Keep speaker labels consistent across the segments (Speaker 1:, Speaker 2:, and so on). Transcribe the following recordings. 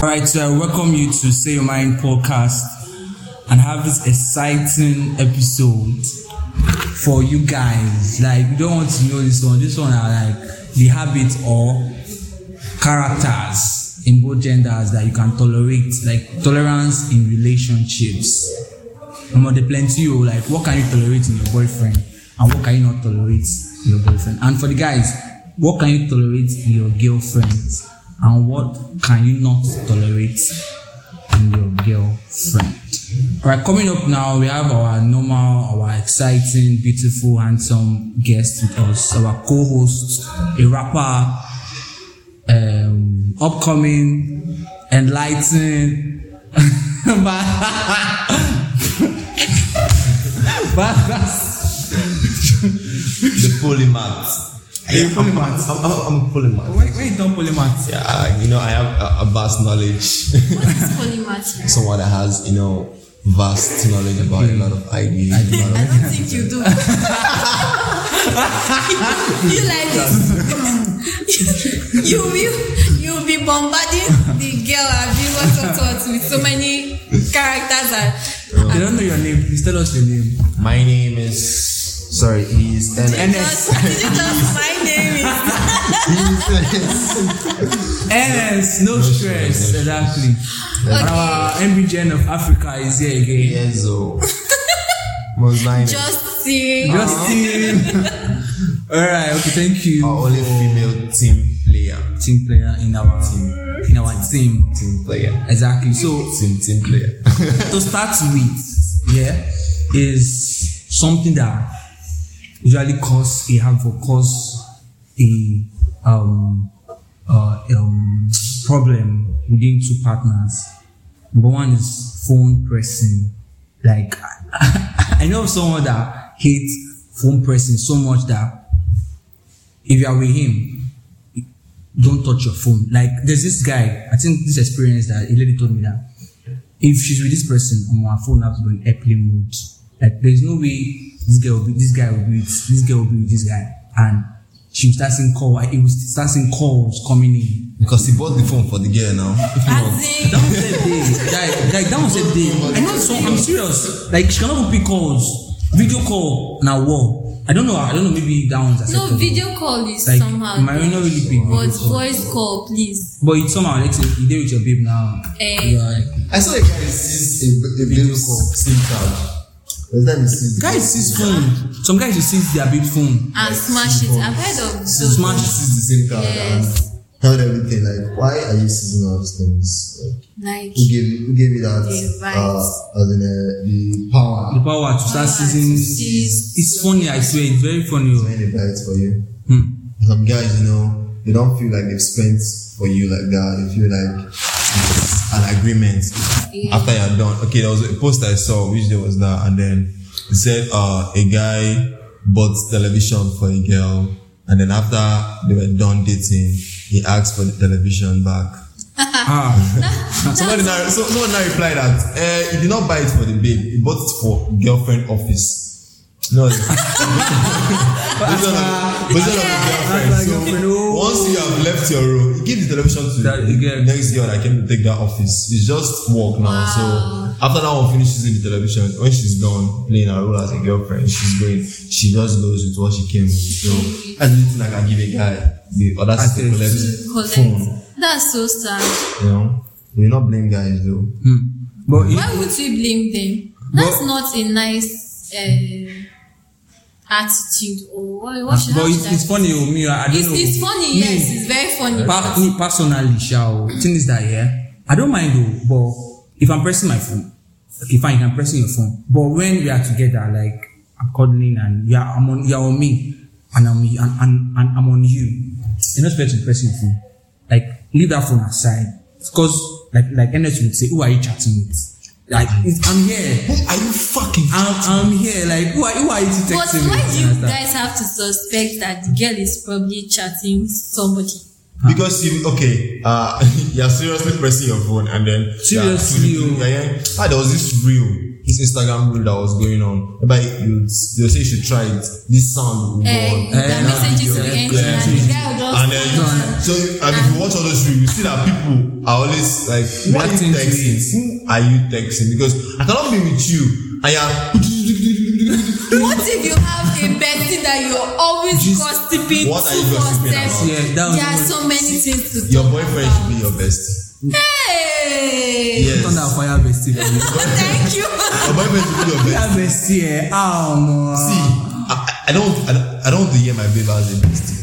Speaker 1: All right, so I welcome you to Say Your Mind podcast and have this exciting episode for you guys. Like, you don't want to know this one. This one are like the habits or characters in both genders that you can tolerate, like tolerance in relationships. Omo, there plenty o. Like, what can you tolerate in your boyfriend and what can you not tolerate in your boyfriend? And for the guys, what can you tolerate in your girlfriend and what can you not tolerate in your girlfriend? Alright, coming up now, we have our normal, our exciting, beautiful, handsome guest with us, our co host, a rapper, um, upcoming, enlightened,
Speaker 2: The polymath.
Speaker 1: Are you polymath?
Speaker 2: I'm, I'm, I'm a polymath.
Speaker 1: Wait, wait, don't polymath.
Speaker 2: Yeah, I- you know, I have a, a vast knowledge.
Speaker 3: It's polymath.
Speaker 2: Someone that has, you know, vast knowledge about a lot of ideas. a lot
Speaker 3: I
Speaker 2: of-
Speaker 3: don't think you do. you like this. you will you will be bombarding the girl and be what what what with so many characters and
Speaker 1: They don't know your name. Please tell us your name.
Speaker 2: My name is. Sorry, he's NS.
Speaker 1: NS.
Speaker 3: Just- Did you just my name is
Speaker 1: NS, no, stress.
Speaker 2: stress.
Speaker 1: Exactly. And Our MBGN of Africa is here again.
Speaker 2: Yes, oh. Most nine.
Speaker 3: just seeing
Speaker 1: Oh. Justin. All right. Okay. Thank you.
Speaker 2: Our only female team player.
Speaker 1: Team player in our in our team.
Speaker 2: Team player.
Speaker 1: Exactly. So
Speaker 2: Team, team player.
Speaker 1: to start with, yeah, is something that usually cause a have for cause a um, uh, um, problem within two partners. Number one is phone pressing. Like I know of someone that hates phone pressing so much that if you are with him, don't touch your phone. Like there's this guy, I think this experience that a lady told me that if she's with this person on my phone has been airplane mode. Like there's no way this girl will be this guy will be with this girl will be with this guy and she will start seeing call it will start seeing calls coming in.
Speaker 2: because he bought the phone for the girl now.
Speaker 3: as in
Speaker 1: That was a day. Like, like that was a day. I know so I'm serious. Like she cannot even pick calls. Video call now wall. I don't know, I don't know, maybe that one's acceptable.
Speaker 3: no video call is
Speaker 1: like,
Speaker 3: somehow
Speaker 1: my own not really big
Speaker 3: but
Speaker 1: video call.
Speaker 3: voice call please.
Speaker 1: But it's somehow like say, you there with your babe now.
Speaker 3: Eh.
Speaker 1: You are like,
Speaker 4: I saw a guy sees a, a baby's SIM card. Does that mean sees?
Speaker 1: guys sees phone. Some guys will seize their babe's phone.
Speaker 3: And smash it. I've heard of those.
Speaker 1: Smash it.
Speaker 4: sees the SIM card
Speaker 3: Yes.
Speaker 4: and held everything. Like, why are you seizing all those things? Like,
Speaker 3: Like
Speaker 4: who gave you, who gave you that?
Speaker 3: The right.
Speaker 4: Uh, as in uh, the power
Speaker 1: the power to start
Speaker 3: Power
Speaker 1: seizing.
Speaker 3: to seize.
Speaker 1: It's funny, I swear, it's very funny.
Speaker 4: to
Speaker 1: oh.
Speaker 4: many bites for you.
Speaker 1: Hmm.
Speaker 4: Some guys, you know, they don't feel like they've spent for you like that. They feel like it's an agreement.
Speaker 3: Yeah.
Speaker 2: after you're done. Okay, there was a post I saw, which day was that? And then it said uh, a guy bought television for a girl, and then after they were done dating, he asked for the television back.
Speaker 1: Ah,
Speaker 2: Somebody now, so, someone now replied that uh, he did not buy it for the babe, he bought it for girlfriend office. No, it's not a- it's not a girlfriend.
Speaker 1: that's
Speaker 2: So
Speaker 1: like a no.
Speaker 2: once you have left your role, you give the television to
Speaker 1: That
Speaker 2: the
Speaker 1: again.
Speaker 2: next girl that came to take that office. It's just work now. So after that one finishes in the television, when she's done playing her role as a girlfriend, she's going. She just goes with what she came with. So that's the thing I can give a guy. The other
Speaker 1: Access
Speaker 2: people
Speaker 3: to
Speaker 2: collect
Speaker 3: collect.
Speaker 2: phone.
Speaker 3: That's so sad.
Speaker 2: You know,
Speaker 4: You not blame guys though.
Speaker 1: Hmm. But it,
Speaker 3: Why would we blame them? That's not a nice uh, attitude or what, what should
Speaker 1: but
Speaker 3: how
Speaker 1: it's,
Speaker 3: should I-
Speaker 1: it's funny, oh, me, I I don't
Speaker 3: It's,
Speaker 1: know.
Speaker 3: it's funny,
Speaker 1: Me,
Speaker 3: yes, it's very funny.
Speaker 1: Pa- me personally, shall thing is that yeah, I don't mind though. But if I'm pressing my phone, okay, fine, you can press your phone. But when we are together, like I'm cuddling and yeah, I'm on, you're on me, and I'm and, and, and I'm on you. You're not supposed to be pressing your phone. Like leave that phone aside, because like like NS would say, who are you chatting with? Like it's, I'm here,
Speaker 2: are you fucking?
Speaker 1: I'm, I'm here. Like who are who are you
Speaker 3: but
Speaker 1: texting
Speaker 3: why
Speaker 1: with?
Speaker 3: do
Speaker 1: You
Speaker 3: you
Speaker 1: understand?
Speaker 3: guys have to suspect that the girl is probably chatting somebody?
Speaker 2: Because you okay, uh, you're seriously pressing your phone and then
Speaker 1: Seriously,
Speaker 2: yeah,
Speaker 1: oh.
Speaker 2: yeah, yeah. Ah, there was this reel, this Instagram reel that was going on. But you they'll say you should try it. This sound will go
Speaker 3: Eh,
Speaker 2: on.
Speaker 3: you can
Speaker 1: Eh,
Speaker 3: message it to the
Speaker 1: yeah,
Speaker 3: engineer
Speaker 2: yeah.
Speaker 3: and
Speaker 2: And
Speaker 3: the guy will just
Speaker 2: then
Speaker 1: No.
Speaker 2: so and if you watch all those reels, you see that people are always like why are
Speaker 1: Reacting
Speaker 2: you
Speaker 1: to
Speaker 2: texting?
Speaker 1: it.
Speaker 2: Who are you texting? Because I cannot be with you. I am
Speaker 3: What if you have a bestie that you're always
Speaker 1: Just-
Speaker 3: gossiping
Speaker 2: What are you
Speaker 3: to
Speaker 2: gossiping about?
Speaker 3: gossip?
Speaker 1: Yeah, that was
Speaker 3: There are
Speaker 1: what-
Speaker 3: so many things to
Speaker 2: your
Speaker 3: talk
Speaker 2: boyfriend
Speaker 3: about.
Speaker 2: should be your bestie.
Speaker 3: Hey!
Speaker 2: Yes.
Speaker 1: Thunder and fire bestie. Fire
Speaker 3: Thank you.
Speaker 2: Your boyfriend should be your
Speaker 1: bestie,
Speaker 2: bestie.
Speaker 1: eh? Ah, omo.
Speaker 2: See, I, I don't, I don't, I don't want to hear my baby as a bestie.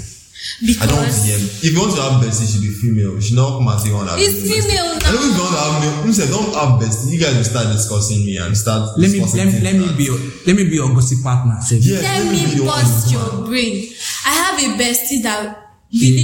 Speaker 2: I don't want to hear.
Speaker 3: Because
Speaker 2: If you want to have bestie, she be female. She not come and say one.
Speaker 3: it's female
Speaker 2: I don't even
Speaker 3: now.
Speaker 2: want to have male. You said don't have bestie. You guys will start discussing me and start.
Speaker 1: Let me let
Speaker 2: discussing
Speaker 1: me, let me
Speaker 2: things
Speaker 1: be your, let me be your gossip partner. Sef.
Speaker 2: Yeah.
Speaker 3: Let me
Speaker 2: Everybody
Speaker 3: bust
Speaker 2: wants
Speaker 3: your brain. I have a bestie that we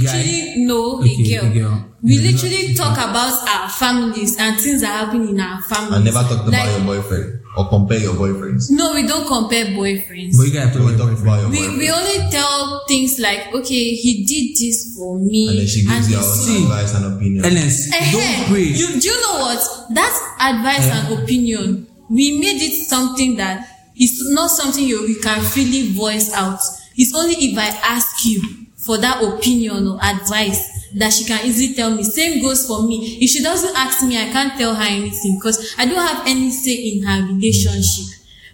Speaker 1: A guy.
Speaker 3: literally know
Speaker 1: Okay,
Speaker 3: a girl.
Speaker 1: a girl.
Speaker 3: We
Speaker 1: Yeah.
Speaker 3: literally talk about our families and things that happen in our families.
Speaker 2: And never talked about
Speaker 3: Like,
Speaker 2: your boyfriend or compare your boyfriends.
Speaker 3: No, we don't compare boyfriends.
Speaker 1: But you guys have to
Speaker 2: Don't
Speaker 1: talk
Speaker 2: talk about your
Speaker 3: we,
Speaker 2: boyfriend.
Speaker 3: we only tell things like, okay, he did this for me.
Speaker 2: and then she gives you
Speaker 3: this-
Speaker 2: out
Speaker 1: See.
Speaker 2: advice and opinion.
Speaker 1: Ernest,
Speaker 3: Eh-heh.
Speaker 1: don't pray.
Speaker 3: You, do you know what? That advice and opinion, we made it something that is not something you, you can freely voice out. It's only if I ask you for that opinion or advice that she can easily tell me. Same goes for me. If she doesn't ask me, I can't tell her anything because I don't have any say in her relationship.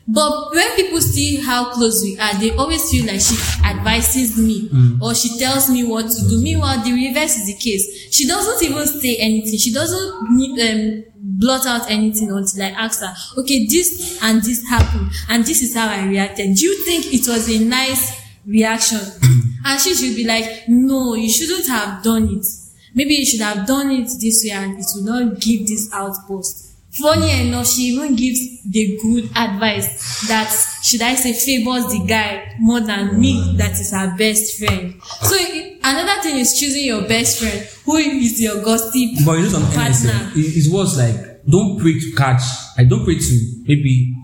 Speaker 3: But when people see how close we are, they always feel like she advises me or she tells me what to do. Meanwhile, the reverse is the case. She doesn't even say anything. She doesn't ne- um, blot out anything until I ask her, okay, this and this happened and this is how I reacted. Do you think it was a nice reaction? and she should be like, no, you shouldn't have done it. Maybe you should have done it this way and it would not give this outburst funny enough she even gives the good advice that should i say favours the guy more than me that is her best friend so i- another thing is choosing your best friend who is your gossip
Speaker 1: But you know some
Speaker 3: partner
Speaker 1: NSF, it, it was like don't pray to catch. Like don't pray to maybe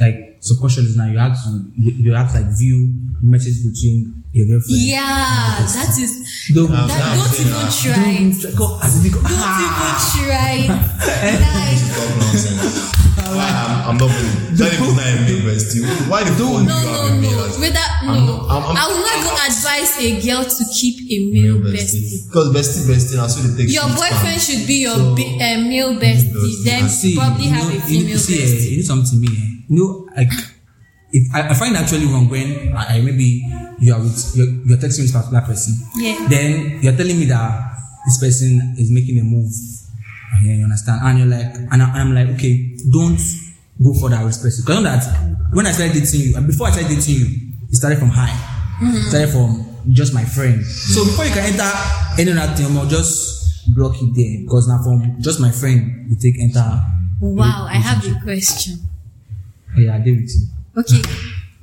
Speaker 1: like subconscious now. You have to you you have to like view message between your girlfriend.
Speaker 3: yeah that is
Speaker 1: Don't
Speaker 2: Um,
Speaker 3: that
Speaker 2: now I'm
Speaker 3: don't
Speaker 2: saying
Speaker 3: even
Speaker 2: that.
Speaker 3: try it.
Speaker 1: don't go as if you go,
Speaker 3: don't
Speaker 1: ah.
Speaker 3: even try it. like
Speaker 2: Talk nonsense. Why I'm, I'm not good. Tell him it's not a male bestie. Why the fuck do you
Speaker 3: no
Speaker 2: have a
Speaker 3: no
Speaker 2: male
Speaker 3: no
Speaker 2: as-
Speaker 3: whether
Speaker 2: I'm
Speaker 3: no
Speaker 2: not- I'm- I'm-
Speaker 3: i will not go advise a girl to keep a male bestie
Speaker 2: Because bestie, bestie, that's what it takes.
Speaker 3: Your
Speaker 2: to
Speaker 3: boyfriend
Speaker 2: expand.
Speaker 3: should be your
Speaker 2: So-
Speaker 3: be- uh, male bestie,
Speaker 2: Those
Speaker 3: then
Speaker 2: things.
Speaker 1: See,
Speaker 3: probably
Speaker 1: you
Speaker 3: have
Speaker 1: know,
Speaker 3: a
Speaker 1: you-
Speaker 3: female
Speaker 1: see, eh,
Speaker 3: bestie.
Speaker 1: you know something, me. eh, You know, like, it, I, I find actually wrong when I, I maybe you are with you're, you're texting this particular person.
Speaker 3: Yeah.
Speaker 1: Then you're telling me that this person is making a move. Yeah, you understand? And you're like, and I, I'm like, okay, don't go for that with person. Because you know that when I started dating you, and before I started dating you, it started from high.
Speaker 3: Mm-hmm.
Speaker 1: It started from just my friend. So before you can enter any other thing, I'll just block it there. Because now from just my friend, you take enter
Speaker 3: Wow, I have a question.
Speaker 1: Oh, yeah, I did with you.
Speaker 3: Okay,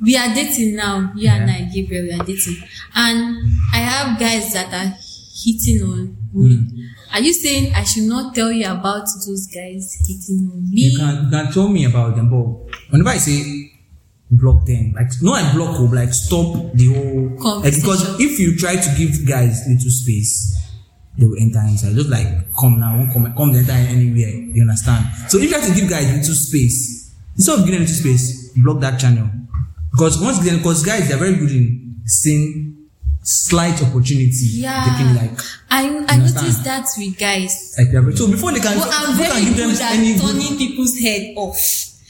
Speaker 3: we are dating now. You and
Speaker 1: Yeah.
Speaker 3: I, Gabriel, we are dating, and I have guys that are hitting on me.
Speaker 1: Hmm.
Speaker 3: Are you saying I should not tell you about those guys hitting on me?
Speaker 1: You can, you can tell me about them, but whenever I say block them, like no, I block them, like stop the whole. Like, because
Speaker 3: Conversation.
Speaker 1: if you try to give guys little space, they will enter inside. Just like come now, won't come, come they enter anywhere. You understand? So if you try to give guys little space, instead of giving them little space, block that channel. Because once again, because guys they're very good in seeing slight opportunity,
Speaker 3: Yeah,
Speaker 1: taking like.
Speaker 3: I I
Speaker 1: understand?
Speaker 3: noticed that with guys.
Speaker 1: Like, they're very- so before they can,
Speaker 3: Well, I'm
Speaker 1: before you
Speaker 3: very
Speaker 1: can give them
Speaker 3: good
Speaker 1: any
Speaker 3: at
Speaker 1: good-
Speaker 3: turning people's head off.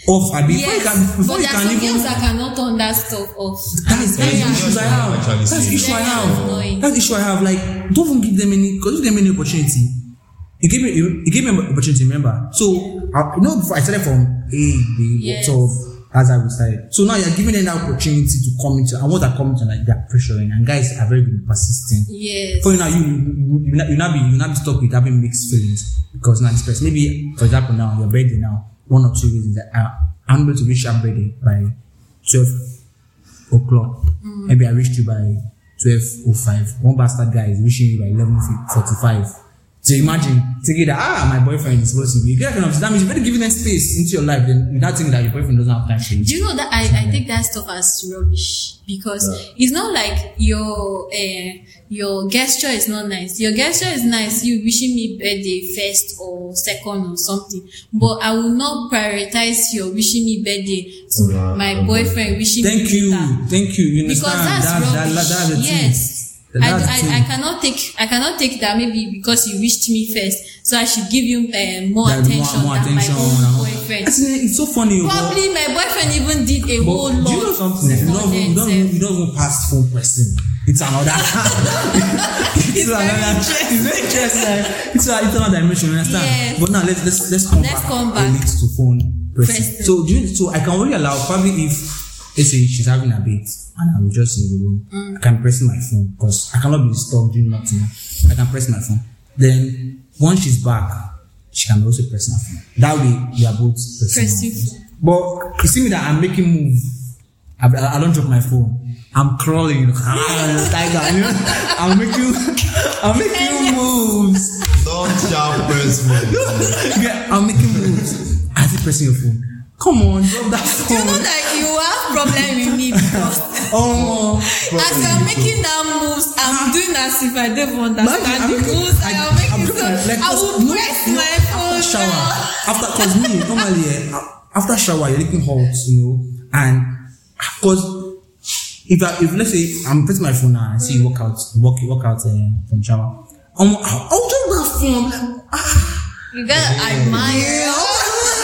Speaker 1: off abi before you
Speaker 3: Yes,
Speaker 1: can before
Speaker 3: but
Speaker 1: you
Speaker 3: there are
Speaker 1: can
Speaker 3: some girls
Speaker 1: even
Speaker 3: that cannot turn that stuff off.
Speaker 1: that is that is
Speaker 3: Very
Speaker 1: issues I
Speaker 2: annoying.
Speaker 1: have that's the
Speaker 2: Very
Speaker 1: issue I have
Speaker 3: annoying.
Speaker 1: that's the issue I have like don't even give them any cause give them any opportunity you give me you, you give me an opportunity remember so I you know before I started from hey babe
Speaker 3: Yes.
Speaker 1: what's up as I was started so now you're giving them that opportunity to come into and what I come into like they're pressuring and guys are very good at persisting
Speaker 3: Yes.
Speaker 1: for you now you you, you, you now be you now be stuck with having mixed feelings because now this person maybe for example now your birthday now one or two reasons that I, I'm able to reach your birthday by 12 o'clock
Speaker 3: Mm.
Speaker 1: maybe oh I reached you by 12.05 one bastard guy is reaching you by 11.45 So imagine thinking that ah my boyfriend is supposed to be. You get kind of that means you better give them space into your life then without thinking that your boyfriend doesn't have time for you.
Speaker 3: Do you know that I, I take that stuff as rubbish because it's not like your uh, your gesture is not nice. Your gesture is nice. You wishing me birthday first or second or something, but I will not prioritize your wishing me birthday to
Speaker 2: Over-
Speaker 3: my
Speaker 2: over-
Speaker 3: boyfriend wishing
Speaker 1: Thank
Speaker 3: me
Speaker 1: you,
Speaker 3: later.
Speaker 1: thank you. You
Speaker 3: because
Speaker 1: understand
Speaker 3: that's
Speaker 1: that, that, that,
Speaker 3: rubbish.
Speaker 1: that's the thing.
Speaker 3: yes.
Speaker 1: That-
Speaker 3: I,
Speaker 1: that's the
Speaker 3: I, I
Speaker 1: thing.
Speaker 3: cannot take I cannot take that maybe because you wished me first, so I should give you uh, more
Speaker 1: Like,
Speaker 3: attention
Speaker 1: more
Speaker 3: than
Speaker 1: attention.
Speaker 3: my own boyfriend.
Speaker 1: Actually, it's so funny. but-
Speaker 3: Probably my boyfriend even did a whole
Speaker 1: But
Speaker 3: lot.
Speaker 1: do you know something? You
Speaker 3: for
Speaker 1: don't, even- you don't,
Speaker 3: themselves.
Speaker 1: even- you don't even pass phone person. It's another. it's, another. It's very interesting. It's, a, it's another dimension. You understand?
Speaker 3: Yes.
Speaker 1: But now let's let's let's come
Speaker 3: Let's
Speaker 1: back.
Speaker 3: come back.
Speaker 1: It leads to phone person.
Speaker 3: Person.
Speaker 1: So do you, so I can only allow probably if let's say she's having a date and I'm just in the room.
Speaker 3: Mm.
Speaker 1: I can press my phone because I cannot be disturbed doing nothing. I can press my phone. Then once she's back, she can also press her phone. That way we are both pressing. our
Speaker 3: Pressing
Speaker 1: phones.
Speaker 3: phone.
Speaker 1: But you see me that I'm making move. I, I I don't drop my phone. I'm crawling Ah, like that. You know? I'm making, I'm making moves.
Speaker 2: Don't shout first, man.
Speaker 1: Yeah, I'm making moves. As if pressing your phone. Come on, drop that
Speaker 3: Do you know
Speaker 1: phone.
Speaker 3: that you have problem with me because
Speaker 1: Oh,
Speaker 3: as you're making that moves,
Speaker 1: Ah.
Speaker 3: I'm doing as if I don't understand the moves I am making. So I will press my phone.
Speaker 1: After shower,
Speaker 3: now.
Speaker 1: after cause me normally eh, a- after shower you're looking hot, you know, and cause if I if let's say I'm pressing my phone now and see you walk out, walk walk out eh, from shower, I'm I'll I'll drop my phone. Like,
Speaker 3: You gotta admire.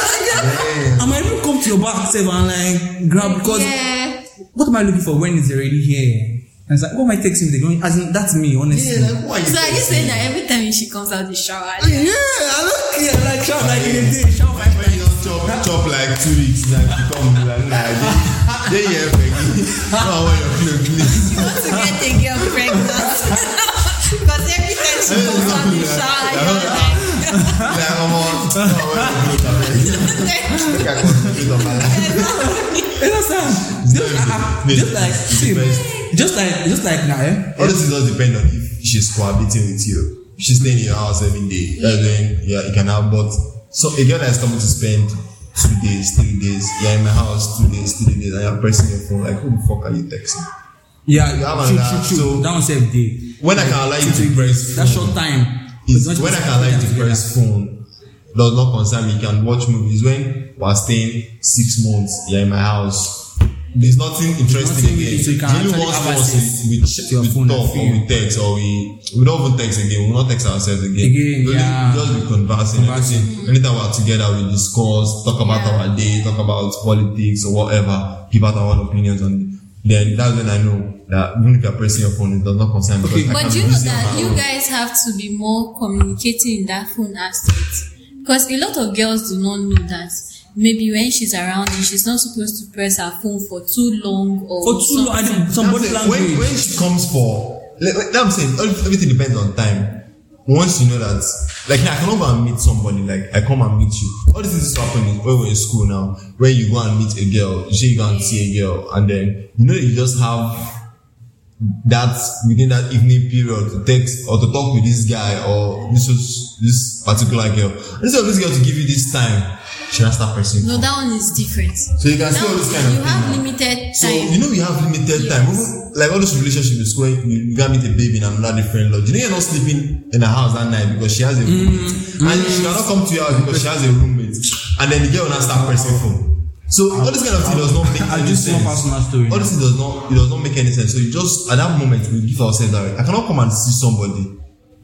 Speaker 1: I might even come to your back save and like grab because
Speaker 3: yeah.
Speaker 1: what am I looking for when it's already here? And it's like, what am I texting? They're going, as in, that's me, honestly.
Speaker 2: Yeah, like, why you
Speaker 3: So are you
Speaker 2: texting?
Speaker 3: saying that every time she comes out the shower?
Speaker 1: Yeah, I look here like shout like in a day, shout like
Speaker 2: When you just chop, chop like two weeks, like you come like like they yeah, Peggy. No, I want your clothes, please.
Speaker 3: You want to get a girl pregnant? Because every time she comes out the shower, you're like,
Speaker 2: Like I'm on. No, I want your clothes.
Speaker 3: thank you.
Speaker 2: I think I concentrate on my life.
Speaker 1: You understand? Just,
Speaker 2: very
Speaker 1: ah,
Speaker 2: good.
Speaker 1: just like
Speaker 2: It's
Speaker 1: see,
Speaker 2: the best.
Speaker 1: just like just like now, eh?
Speaker 2: All this does depend on if she's cohabiting with you. If She's staying in your house every day. That's when yeah, you can have. But so a girl that's coming to spend two days, three days. Yeah, in my house, two days, three days, and you're pressing your phone. Like who the fuck are you texting?
Speaker 1: Yeah,
Speaker 2: Yeah, man,
Speaker 1: true,
Speaker 2: that-
Speaker 1: true, true.
Speaker 2: so-
Speaker 1: that one save day.
Speaker 2: When I can allow you to press
Speaker 1: That short
Speaker 2: phone,
Speaker 1: time. it's
Speaker 2: is
Speaker 1: not
Speaker 2: when I
Speaker 1: just-
Speaker 2: can like to press phone does not concern me. You can watch movies when we're staying six months, you're in my house. There's nothing interesting
Speaker 1: Nothing really,
Speaker 2: again.
Speaker 1: so you can
Speaker 2: The only
Speaker 1: actually
Speaker 2: worst
Speaker 1: have
Speaker 2: was
Speaker 1: access
Speaker 2: we,
Speaker 1: to your
Speaker 2: we,
Speaker 1: phone
Speaker 2: we
Speaker 1: and
Speaker 2: talk or
Speaker 1: feel.
Speaker 2: we text or we we don't even text again. We'll not text ourselves again.
Speaker 1: Again,
Speaker 2: We only-
Speaker 1: yeah.
Speaker 2: we just be conversing.
Speaker 1: Conversing.
Speaker 2: everything. Anytime we're together, we discuss, talk about
Speaker 3: Yeah.
Speaker 2: our day, talk about politics or whatever, give out our own opinions on it. Then that's when I know that even if you're pressing your phone, it does not concern me. because I
Speaker 3: But
Speaker 2: can
Speaker 3: do
Speaker 2: be
Speaker 3: you know
Speaker 2: busy on
Speaker 3: that
Speaker 2: my
Speaker 3: you
Speaker 2: own.
Speaker 3: guys have to be more communicating in that phone aspect? Because a lot of girls do not know that. Maybe when she's around you, she's not supposed to press her phone for too long or
Speaker 1: For too long, I
Speaker 3: something.
Speaker 1: did some body
Speaker 2: That's it.
Speaker 1: language.
Speaker 2: When, when she comes for, like, like I'm saying, every- everything depends on time. Once you know that, like I can go and meet somebody, like I come and meet you. All this is happening when we're in school now, where you go and meet a girl, you say you go and see a girl, and then you know you just have that within that evening period to text or to talk with this guy or this was this particular girl. Instead of this girl to give you this time, she has start pressing.
Speaker 3: No, that one is different.
Speaker 2: So you can
Speaker 3: That
Speaker 2: see all
Speaker 3: one,
Speaker 2: this kind of
Speaker 3: you
Speaker 2: thing
Speaker 3: have
Speaker 2: now.
Speaker 3: limited
Speaker 2: So
Speaker 3: time.
Speaker 2: you know we have limited
Speaker 3: Yes.
Speaker 2: time. Even, Like all those relationship is going, you you can't meet a baby in another different lodge. You know you're not sleeping in her house that night because she has
Speaker 3: Mm,
Speaker 2: a roommate, and she cannot come to your house because she has a roommate. And then the girl will not start pressing phone. So all this kind of thing does not make
Speaker 1: I'll
Speaker 2: any
Speaker 1: just do
Speaker 2: sense.
Speaker 1: one personal story
Speaker 2: All
Speaker 1: now.
Speaker 2: this thing does not it does not make any sense. So you just at that moment we give ourselves that I cannot come and see somebody.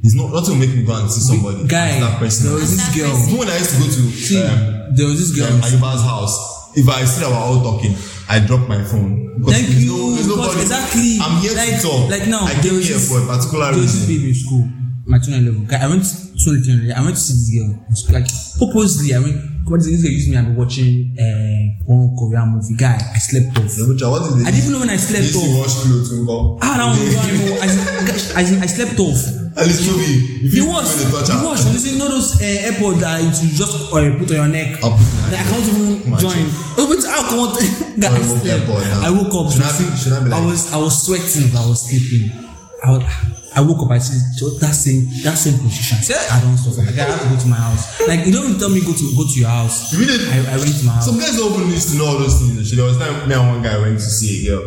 Speaker 2: It's not nothing will make me go and see somebody.
Speaker 1: Guy,
Speaker 2: and start pressing.
Speaker 1: there was this
Speaker 3: That
Speaker 1: girl.
Speaker 3: person.
Speaker 2: Even when I used to go to
Speaker 1: See,
Speaker 2: um,
Speaker 1: there was this girl.
Speaker 2: yeah, Ayuba's house. If I see that we're all talking, I drop my phone. Because
Speaker 1: Thank
Speaker 2: there's
Speaker 1: you.
Speaker 2: there's
Speaker 1: because
Speaker 2: nobody-
Speaker 1: exactly.
Speaker 2: I'm here
Speaker 1: like,
Speaker 2: to talk.
Speaker 1: Like now,
Speaker 2: I
Speaker 1: there
Speaker 2: came
Speaker 1: was
Speaker 2: here
Speaker 1: this-
Speaker 2: for a particular
Speaker 1: there was this
Speaker 2: reason.
Speaker 1: baby in school. My junior level. Guy, I went to 2010. I went to see this girl. in school, Like purposely, I went. What is this girl used me? I've been watching uh, one Korean movie. Guy, I slept off.
Speaker 2: Rebucha, what is
Speaker 1: I didn't even know when I
Speaker 2: They
Speaker 1: slept
Speaker 2: used to
Speaker 1: off.
Speaker 2: wash clothes and go.
Speaker 1: Ah, that one was one more. I, s- I, s- I slept off.
Speaker 2: At least maybe if
Speaker 1: He
Speaker 2: you
Speaker 1: was.
Speaker 2: go to touch
Speaker 1: He
Speaker 2: her,
Speaker 1: was. You see, not those uh, airport that you just uh, put on your neck.
Speaker 2: I'll put it on
Speaker 1: Like, I can't even
Speaker 2: Imagine.
Speaker 1: join. Oh, but I can't. Guys,
Speaker 2: Horrible airport now.
Speaker 1: I woke up.
Speaker 2: Should I be- should I be like-
Speaker 1: I was. I was sweating. but I was sleeping. I, was- I woke up, I said, "Jo- that same, that same position. I said, I don't stop. Like, I have to go to my house. Like, you don't even tell me go to go to your house.
Speaker 2: You really-
Speaker 1: I, I went to my house.
Speaker 2: Some guys don't even need to know all those things. Actually, there was time me and one guy went to see a girl.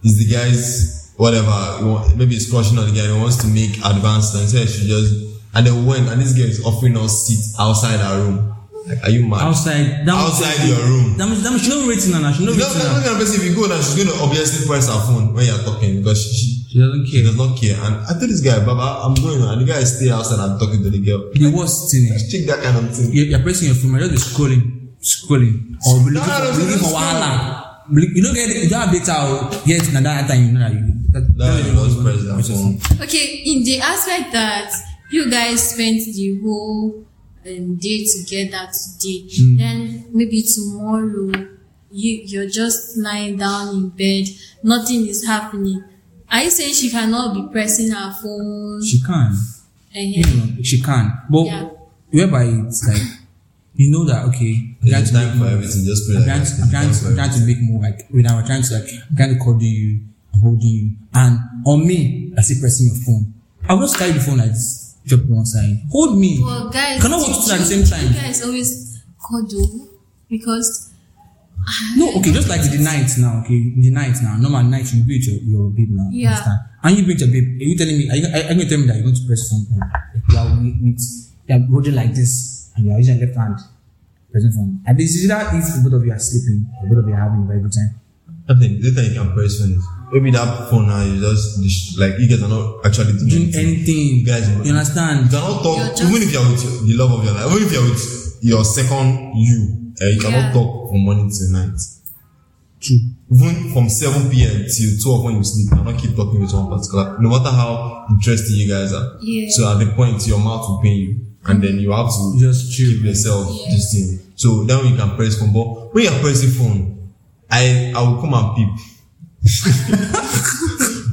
Speaker 2: He's the guy's whatever. He want, maybe he's crushing on the guy. He wants to make advanced and said she just. And then we went and this girl is offering us seats outside our room. Like, are you mad?
Speaker 1: outside. That was-
Speaker 2: Outside your room.
Speaker 1: That means, that means she don't rate now. She don't
Speaker 2: You know,
Speaker 1: rate
Speaker 2: that
Speaker 1: now.
Speaker 2: kind of person, if you go, then she's going to obviously press her phone when you're talking because she, she,
Speaker 1: She doesn't
Speaker 2: He
Speaker 1: care.
Speaker 2: does not care. And I told this guy, Baba, I'm going on. And the guy stay outside and talking to the girl.
Speaker 1: The worst thing is,
Speaker 2: Check that kind of thing.
Speaker 1: you're, you're pressing your phone, you're just scrolling, scrolling, or looking
Speaker 2: No, no,
Speaker 1: for,
Speaker 2: no,
Speaker 1: looking
Speaker 2: no,
Speaker 1: for
Speaker 2: no.
Speaker 1: wahala. You don't get, you don't have data. oh, Yes, now that time you know that you. That,
Speaker 2: That
Speaker 1: that
Speaker 2: is not press that phone.
Speaker 3: Okay, in the aspect that you guys spent the whole um, day together today,
Speaker 1: Hmm.
Speaker 3: then maybe tomorrow you you're just lying down in bed, nothing is happening. Are you saying she cannot be pressing her phone?
Speaker 1: She can.
Speaker 3: Eh,
Speaker 1: You
Speaker 3: eh.
Speaker 1: know, she can. But
Speaker 3: Yeah.
Speaker 1: whereby it's like, you know that okay. I'm trying
Speaker 2: There's
Speaker 1: to
Speaker 2: a time
Speaker 1: make
Speaker 2: for
Speaker 1: move.
Speaker 2: everything. Just pray
Speaker 1: I'm
Speaker 2: like
Speaker 1: trying,
Speaker 2: that.
Speaker 1: to, I'm, trying
Speaker 2: There's
Speaker 1: to,
Speaker 2: a
Speaker 1: I'm
Speaker 2: time
Speaker 1: trying to make move. Like when I'm trying to like, I'm trying to cuddle you, I'm holding you, and on me, I see pressing your phone. I will just carry the phone like this, drop it one side. Hold me.
Speaker 3: Well, guys,
Speaker 1: cannot watch
Speaker 3: did
Speaker 1: two at the same
Speaker 3: you-
Speaker 1: time.
Speaker 3: You guys always cuddle because
Speaker 1: No, okay, just like in the night now, okay, in the night now, normal night you beat your, your babe now. you
Speaker 3: Yeah.
Speaker 1: Understand? And you beat your babe. Are you telling me? Are you, are, are you telling me that you're going to press something? Like, you are with, with you are holding like this, and you are using your left hand pressing phone. And this is that if both of you are sleeping, or both of you are having a very good time.
Speaker 2: I think later you can press phone. Maybe that phone now you just dis- like you guys are not actually
Speaker 1: Doing
Speaker 2: doing
Speaker 1: anything,
Speaker 2: anything. Guys,
Speaker 1: you understand?
Speaker 2: You cannot
Speaker 3: You're
Speaker 2: talk
Speaker 3: just-
Speaker 2: even if you're with your, the love of your life. Even if you're with your second you, eh, you
Speaker 3: Yeah.
Speaker 2: cannot talk from morning till night.
Speaker 1: True.
Speaker 2: Even from 7 p.m. till 12 when you sleep, you cannot keep talking with one particular. No matter how interesting you guys are.
Speaker 3: Yeah.
Speaker 2: So at the point your mouth will pain you, and then you have to
Speaker 1: Just chill.
Speaker 2: keep yourself this thing. So then you can press phone. But when you're pressing phone, I I will come and peep.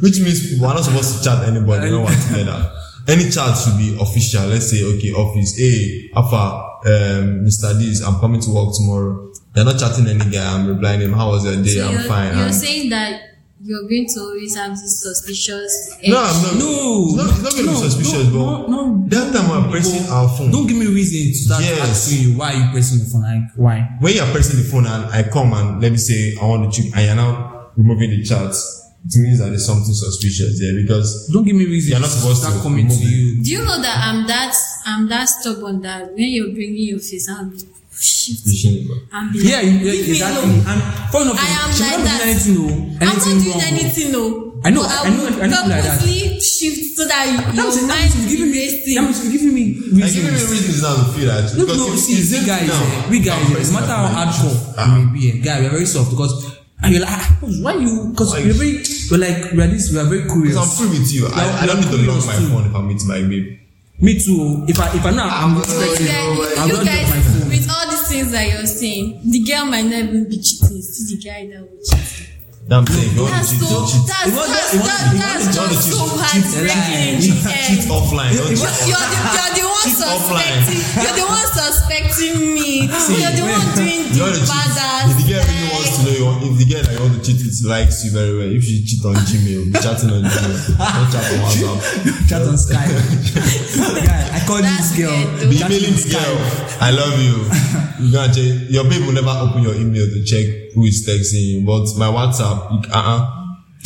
Speaker 2: Which means we're not supposed to chat anybody when we're together. Any chat should be official. Let's say, okay, office. Hey, Alpha, um, Mr. This, I'm coming to work tomorrow. They're not chatting any guy. I'm replying him. How was your day?
Speaker 3: so
Speaker 2: I'm
Speaker 3: you're,
Speaker 2: fine.
Speaker 3: you're
Speaker 2: I'm-
Speaker 3: saying that you're going to always have this suspicious.
Speaker 2: no,
Speaker 3: edge.
Speaker 2: I'm not.
Speaker 1: No,
Speaker 2: it's not, it's not going
Speaker 1: no,
Speaker 2: to be suspicious,
Speaker 1: no, no,
Speaker 2: but
Speaker 1: no.
Speaker 2: that time we're pressing our phone.
Speaker 1: Don't give me reason to start
Speaker 2: Yes.
Speaker 1: asking you why are you pressing your phone. Like why?
Speaker 2: when you're pressing the phone and I come and let me say I want to check and you're now removing the chat, it means that there's something suspicious there because
Speaker 1: Don't give me reason.
Speaker 2: You're not supposed
Speaker 1: start
Speaker 2: to
Speaker 1: coming to
Speaker 2: move it.
Speaker 1: you.
Speaker 3: Do you know that I'm that I'm that stubborn that when you're bringing your face, I'll be
Speaker 2: you
Speaker 3: shit.
Speaker 2: shouldn't.
Speaker 3: I'm be
Speaker 1: Yeah,
Speaker 3: like,
Speaker 1: you,
Speaker 3: leave
Speaker 1: yeah
Speaker 3: me
Speaker 1: exactly.
Speaker 3: alone.
Speaker 1: And fair enough,
Speaker 3: I am
Speaker 1: she
Speaker 3: like
Speaker 1: might
Speaker 3: that.
Speaker 1: not be doing anything, no, anything
Speaker 3: I'm not doing
Speaker 1: wrong. oh.
Speaker 3: anything, no.
Speaker 1: I know,
Speaker 3: But
Speaker 1: I know- I know people like that.
Speaker 3: purposely shift so that you-
Speaker 1: That means-
Speaker 3: your
Speaker 1: that
Speaker 3: mind
Speaker 1: means
Speaker 3: is
Speaker 1: you're giving me, that
Speaker 3: racing.
Speaker 1: means you're giving me
Speaker 2: I give you
Speaker 1: reasons.
Speaker 2: reasons now to feel that
Speaker 1: No,
Speaker 2: because
Speaker 1: no,
Speaker 2: it's-
Speaker 1: see,
Speaker 2: it's
Speaker 1: we
Speaker 2: easy
Speaker 1: guys,
Speaker 2: now. Ah.
Speaker 1: eh, we guys,
Speaker 2: I'm
Speaker 1: no
Speaker 2: pressing
Speaker 1: matter
Speaker 2: my
Speaker 1: how
Speaker 2: phone.
Speaker 1: hardcore we may be, eh, guy, we are very soft because and you're like, ah, why you? Because
Speaker 2: Why
Speaker 1: we're
Speaker 2: you-
Speaker 1: very, we're like, we're this, we're very curious.
Speaker 2: Because I'm free with you.
Speaker 1: Yeah,
Speaker 2: I, I don't
Speaker 1: yeah,
Speaker 2: need to lock
Speaker 1: curious
Speaker 2: my
Speaker 1: too.
Speaker 2: phone if I'm with my babe.
Speaker 1: Me too. oh. If I, if I know, I'm expecting.
Speaker 3: You
Speaker 1: I'll
Speaker 3: guys, you
Speaker 1: not drop my
Speaker 3: guys
Speaker 1: phone.
Speaker 3: with all these things that you're saying, the girl might not even be cheating. See the guy that will cheat.
Speaker 2: Now I'm saying, you want to
Speaker 3: That's
Speaker 2: cheat,
Speaker 3: so
Speaker 2: don't cheat.
Speaker 3: that's
Speaker 1: It was-
Speaker 3: that's
Speaker 1: it was-
Speaker 3: that-
Speaker 1: it
Speaker 3: that's
Speaker 2: was-
Speaker 3: just
Speaker 2: it
Speaker 3: so
Speaker 2: was-
Speaker 3: heartbreaking.
Speaker 1: cheat-
Speaker 3: in
Speaker 2: Cheat,
Speaker 3: the
Speaker 2: cheat
Speaker 3: end.
Speaker 2: offline. Don't
Speaker 3: You're
Speaker 2: cheat.
Speaker 3: the, you're the one
Speaker 2: Cheat offline.
Speaker 3: suspecting. You're the one suspecting me. you're the one doing
Speaker 2: You want to cheat.
Speaker 3: the
Speaker 2: If the
Speaker 3: badass.
Speaker 2: girl really
Speaker 1: eh.
Speaker 2: wants to know you want, if the girl that you want to cheat with likes you very well, if she cheat on Gmail, be chatting on Gmail, don't chat on WhatsApp.
Speaker 1: Chat on Skype. guy, I called this
Speaker 3: That's
Speaker 1: girl.
Speaker 3: weird, though.
Speaker 2: Be
Speaker 1: Chat on
Speaker 2: emailing the girl,
Speaker 1: Skype.
Speaker 2: I love you. You gonna check. Your babe will never open your email to check who is texting you, but my WhatsApp, uh uh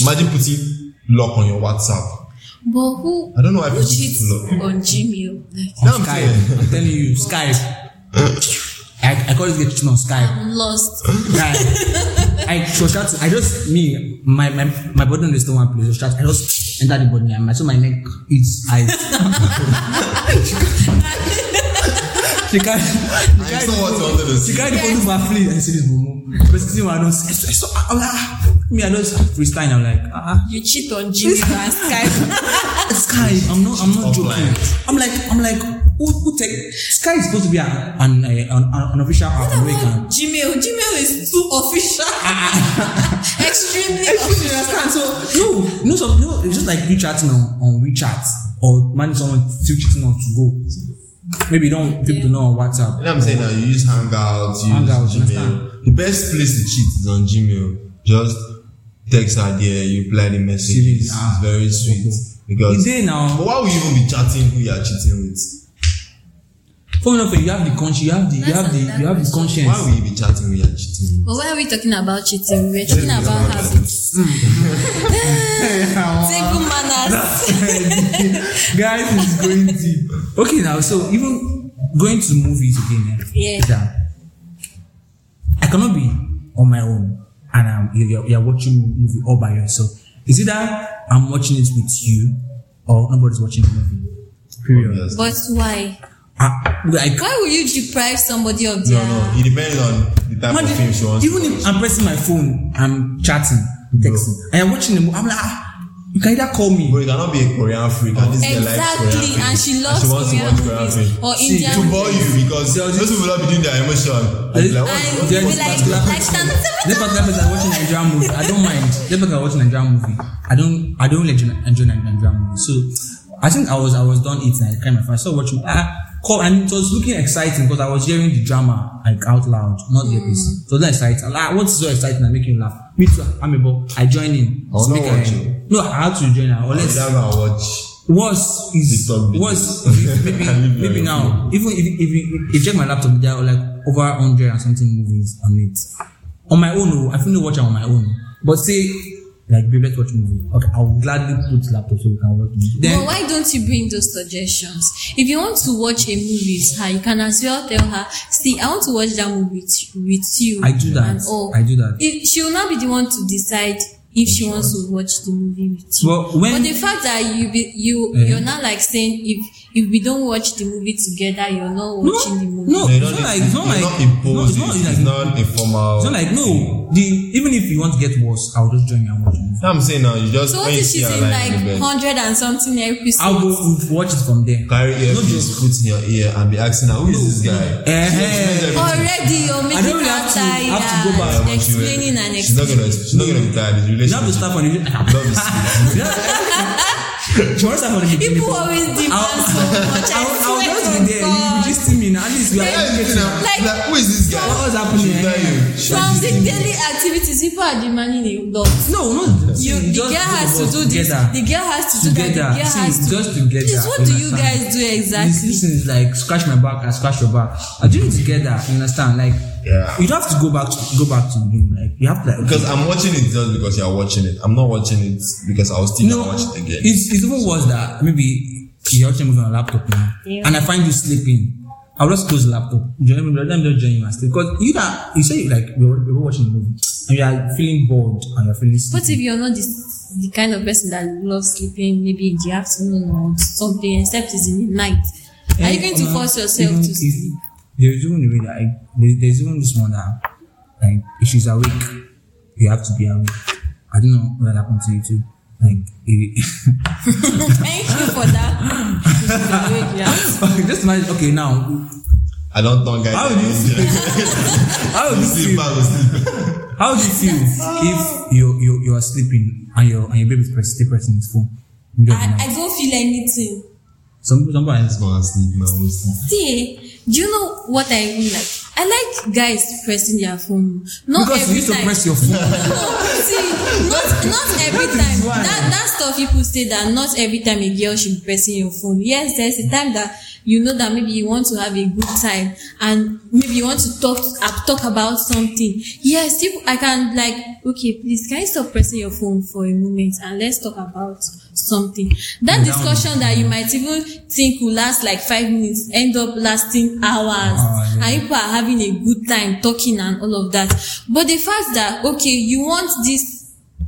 Speaker 2: Imagine putting lock on your WhatsApp.
Speaker 3: But who
Speaker 2: I don't know why
Speaker 3: who
Speaker 2: people
Speaker 3: cheats
Speaker 2: love you.
Speaker 3: on Gmail? Like,
Speaker 1: On
Speaker 2: Now I'm
Speaker 1: Skype. I'm telling you, Skype. I, I call this girl cheating on Skype.
Speaker 3: I'm lost.
Speaker 1: Right. I she was shouting. I just me my my my body on the stone one place. I was shouting. I just enter the body and my so my neck it's eyes. she carry she
Speaker 2: I
Speaker 1: carry
Speaker 2: saw what you wanted to
Speaker 1: she
Speaker 2: see.
Speaker 1: carry the body for her flea and I see this mumu. But see what I don't see. I saw I saw- I'm like ah. me I just freestyle. I'm like ah.
Speaker 3: You cheat on Gmail and Skype.
Speaker 1: Sky, I'm not. I'm not joking.
Speaker 2: Offline.
Speaker 1: I'm like, I'm like, who, who take? Sky is supposed to be an an, an, an, an official app. where you can-
Speaker 3: Gmail. Gmail oh, is too official. Extremely
Speaker 1: Actually, you
Speaker 3: official.
Speaker 1: understand? So no, no, so, no. It's just like you chatting on, on WeChat or managing someone still cheating on to go. Maybe you don't want people to know on WhatsApp.
Speaker 2: You know what I'm saying now, you use Hangouts, you
Speaker 1: Hangouts,
Speaker 2: use Gmail.
Speaker 1: understand.
Speaker 2: The best place to cheat is on Gmail. Just text her there, you reply the
Speaker 1: Serious.
Speaker 2: messages.
Speaker 1: Ah,
Speaker 2: It's very sweet. Because
Speaker 1: there now.
Speaker 2: But why would you even be chatting who you are cheating with?
Speaker 1: Funny enough, you have the conscience, you have the, you
Speaker 3: That's
Speaker 1: have the,
Speaker 3: another
Speaker 1: you have the
Speaker 3: question.
Speaker 1: conscience.
Speaker 2: Why would you be chatting who you are cheating with?
Speaker 3: But why are we talking about cheating? We're talking
Speaker 2: Yeah,
Speaker 3: about
Speaker 2: yeah. Ah.
Speaker 3: habits. Table manners.
Speaker 1: Guys, it's going deep. Okay, now so even going to movies again. Eh,
Speaker 3: Yeah.
Speaker 1: is that I cannot be on my own, and I'm, you- you're, you're watching movie all by yourself. It's either I'm watching it with you, or nobody's watching the movie. Period.
Speaker 2: Obviously.
Speaker 3: But why?
Speaker 1: I, I,
Speaker 3: Why would you deprive somebody of
Speaker 2: No,
Speaker 3: their?
Speaker 2: no. It depends on the type of film
Speaker 1: Imagine,
Speaker 2: she wants.
Speaker 1: even if I'm pressing my phone, I'm chatting, texting, and I'm watching the movie. I'm like, ah, you can either call me.
Speaker 2: But you cannot be a Korean freak and this girl likes Korean
Speaker 3: Exactly,
Speaker 2: film.
Speaker 3: and she loves
Speaker 2: she wants to watch
Speaker 3: Korean
Speaker 2: Korean
Speaker 3: movies
Speaker 2: film.
Speaker 3: or
Speaker 1: See,
Speaker 3: Indian.
Speaker 2: To bore you because
Speaker 1: There was
Speaker 2: those
Speaker 1: this-
Speaker 2: people are be doing their emotion. And you're like, what-
Speaker 3: I
Speaker 2: what-
Speaker 3: would be
Speaker 2: what's
Speaker 3: like,
Speaker 2: that?
Speaker 3: like stand-
Speaker 1: Let person person watching Nigerian movie. I don't mind. Let person watching Nigerian movie. I don't. I don't like Jan- enjoy Jan- Nigerian movie. So I think I was I was done eating. I kind of I started watching. Ah, call and it was looking exciting because I was hearing the drama like out loud, not the
Speaker 2: Mm.
Speaker 1: earpiece. So that's exciting. I'm Like, what's so exciting that make you laugh? Me too. I'm a ball. I join in.
Speaker 2: I was not
Speaker 1: Speak ahead.
Speaker 2: watching.
Speaker 1: No, I had to join. her.
Speaker 2: Or let's
Speaker 1: Unless
Speaker 2: have a watch.
Speaker 1: worse is
Speaker 2: TikTok videos.
Speaker 1: worse if- maybe
Speaker 2: Can leave your
Speaker 1: maybe
Speaker 2: own
Speaker 1: now even if if if- if you check my laptop there are like over hundred and something movies on it on my own oh I fit no watch am on my own but say like babe let's watch movie okay I will gladly put laptop so we can watch movie
Speaker 3: but
Speaker 1: then
Speaker 3: why don't you bring those suggestions? If you want to watch a movie with her, you can as well tell her, see, I want to watch that movie with, with you.
Speaker 1: I do that.
Speaker 3: And all.
Speaker 1: I do that.
Speaker 3: If, she will not be the one to decide if she wants to watch the movie with you.
Speaker 1: But when-
Speaker 3: but the fact that you be, you
Speaker 1: Eh.
Speaker 3: you're not like saying if if we don't watch the movie together, you're
Speaker 1: no
Speaker 3: not watching the movie.
Speaker 1: no
Speaker 2: No,
Speaker 1: it's
Speaker 2: you don't
Speaker 1: not
Speaker 2: need-
Speaker 1: like it's not
Speaker 2: you
Speaker 1: like
Speaker 2: don't
Speaker 1: no
Speaker 2: impose
Speaker 1: it's not
Speaker 2: it.
Speaker 1: like
Speaker 2: It's not a formal.
Speaker 1: it's not like no the even if you want to get worse I will just join you and watch movie
Speaker 2: I'm saying now, you just
Speaker 3: So what
Speaker 2: when you
Speaker 3: if
Speaker 2: see
Speaker 3: she's
Speaker 2: her
Speaker 3: in
Speaker 2: lying in
Speaker 3: like
Speaker 2: bed,
Speaker 3: hundred and something episodes?
Speaker 1: I will we'll watch it from there
Speaker 2: carry
Speaker 1: no joke
Speaker 2: earpiece, put in your ear, and be asking her, who is this guy?
Speaker 1: Eh,
Speaker 2: She explains everything.
Speaker 3: Already, you're making
Speaker 1: don't really
Speaker 3: her
Speaker 1: have to-
Speaker 3: tired.
Speaker 1: have to go back.
Speaker 2: Yeah, but she will-
Speaker 3: Explaining and
Speaker 2: She's not
Speaker 3: explaining.
Speaker 2: gonna. She's not gonna be tired. It's
Speaker 1: you have to
Speaker 2: relationship.
Speaker 1: start from the
Speaker 2: Love is sweet.
Speaker 1: She wants someone to be
Speaker 3: People always demand so much.
Speaker 1: I'll,
Speaker 3: I
Speaker 1: I'll
Speaker 3: swear
Speaker 1: just
Speaker 3: to
Speaker 1: be there. You,
Speaker 3: God.
Speaker 1: you just see me now. At least we are
Speaker 2: Yeah, you
Speaker 1: educating.
Speaker 2: know,
Speaker 1: Like,
Speaker 3: Like-
Speaker 2: like, who is this guy?
Speaker 1: What was happening?
Speaker 2: She'll tell you. She'll
Speaker 3: From the
Speaker 2: tell you.
Speaker 3: daily activities, people are demanding a lot.
Speaker 1: no, no.
Speaker 3: You, the girl has to do this.
Speaker 1: together.
Speaker 3: The girl has to do that. The
Speaker 1: Together.
Speaker 3: girl has
Speaker 1: See,
Speaker 3: to.
Speaker 1: just together.
Speaker 3: Please, what do you
Speaker 1: understand?
Speaker 3: guys do
Speaker 1: This,
Speaker 3: exactly?
Speaker 1: this is like scratch my back, I scratch your back. I do it together. You understand? Like
Speaker 2: Yeah.
Speaker 1: you don't have to go back to go back to the beginning. Like you have to like okay,
Speaker 2: Because I'm watching it just because you're watching it. I'm not watching it because I was still
Speaker 1: no,
Speaker 2: gonna watch it again.
Speaker 1: it's it's even worse that maybe you're watching a movie on a laptop now,
Speaker 3: Yeah.
Speaker 1: and I find you sleeping. I'll just close the laptop. Join me, let me just join you and sleep. Because you that you say like we're, we're watching a movie and you are feeling bored and you're feeling.
Speaker 3: What
Speaker 1: sleepy.
Speaker 3: if you're not this, the kind of person that loves sleeping maybe in the afternoon or something, except it's in the night? Are you
Speaker 1: Eh,
Speaker 3: going to
Speaker 1: Ola,
Speaker 3: force yourself
Speaker 1: even
Speaker 3: to
Speaker 1: if-
Speaker 3: sleep?
Speaker 1: There's even the way that I, there- there's even this one that like if she's awake, you have to be awake. I don't know what happened to you too. Like it,
Speaker 3: Thank you for that.
Speaker 1: just imagine. Okay, now
Speaker 2: I don't turn guys.
Speaker 1: How do you how would
Speaker 2: feel?
Speaker 1: you
Speaker 2: sleep,
Speaker 1: feel?
Speaker 2: I will sleep.
Speaker 1: How would you feel if you you you are sleeping and your and your baby's press, still pressing his phone? You don't
Speaker 3: I,
Speaker 1: know.
Speaker 3: I don't feel anything.
Speaker 1: Some somebody
Speaker 2: Just gonna sleep, man. I will sleep.
Speaker 3: See, eh, do you know what I even like? I like guys pressing their phone. Not
Speaker 1: because you
Speaker 3: every
Speaker 1: used to
Speaker 3: time.
Speaker 1: press your phone.
Speaker 3: no, see, not not every time.
Speaker 1: why.
Speaker 3: That that stuff people say that not every time a girl should be pressing your phone. Yes, there's a time that you know that maybe you want to have a good time and maybe you want to talk uh, talk about something. Yes, if I can like, okay, please can you stop pressing your phone for a moment and let's talk about something. That
Speaker 1: Down.
Speaker 3: discussion that you might even think will last like five minutes end up lasting hours
Speaker 1: Ah, yeah.
Speaker 3: and and people are having a good time talking and all of that. But the fact that, okay, you want this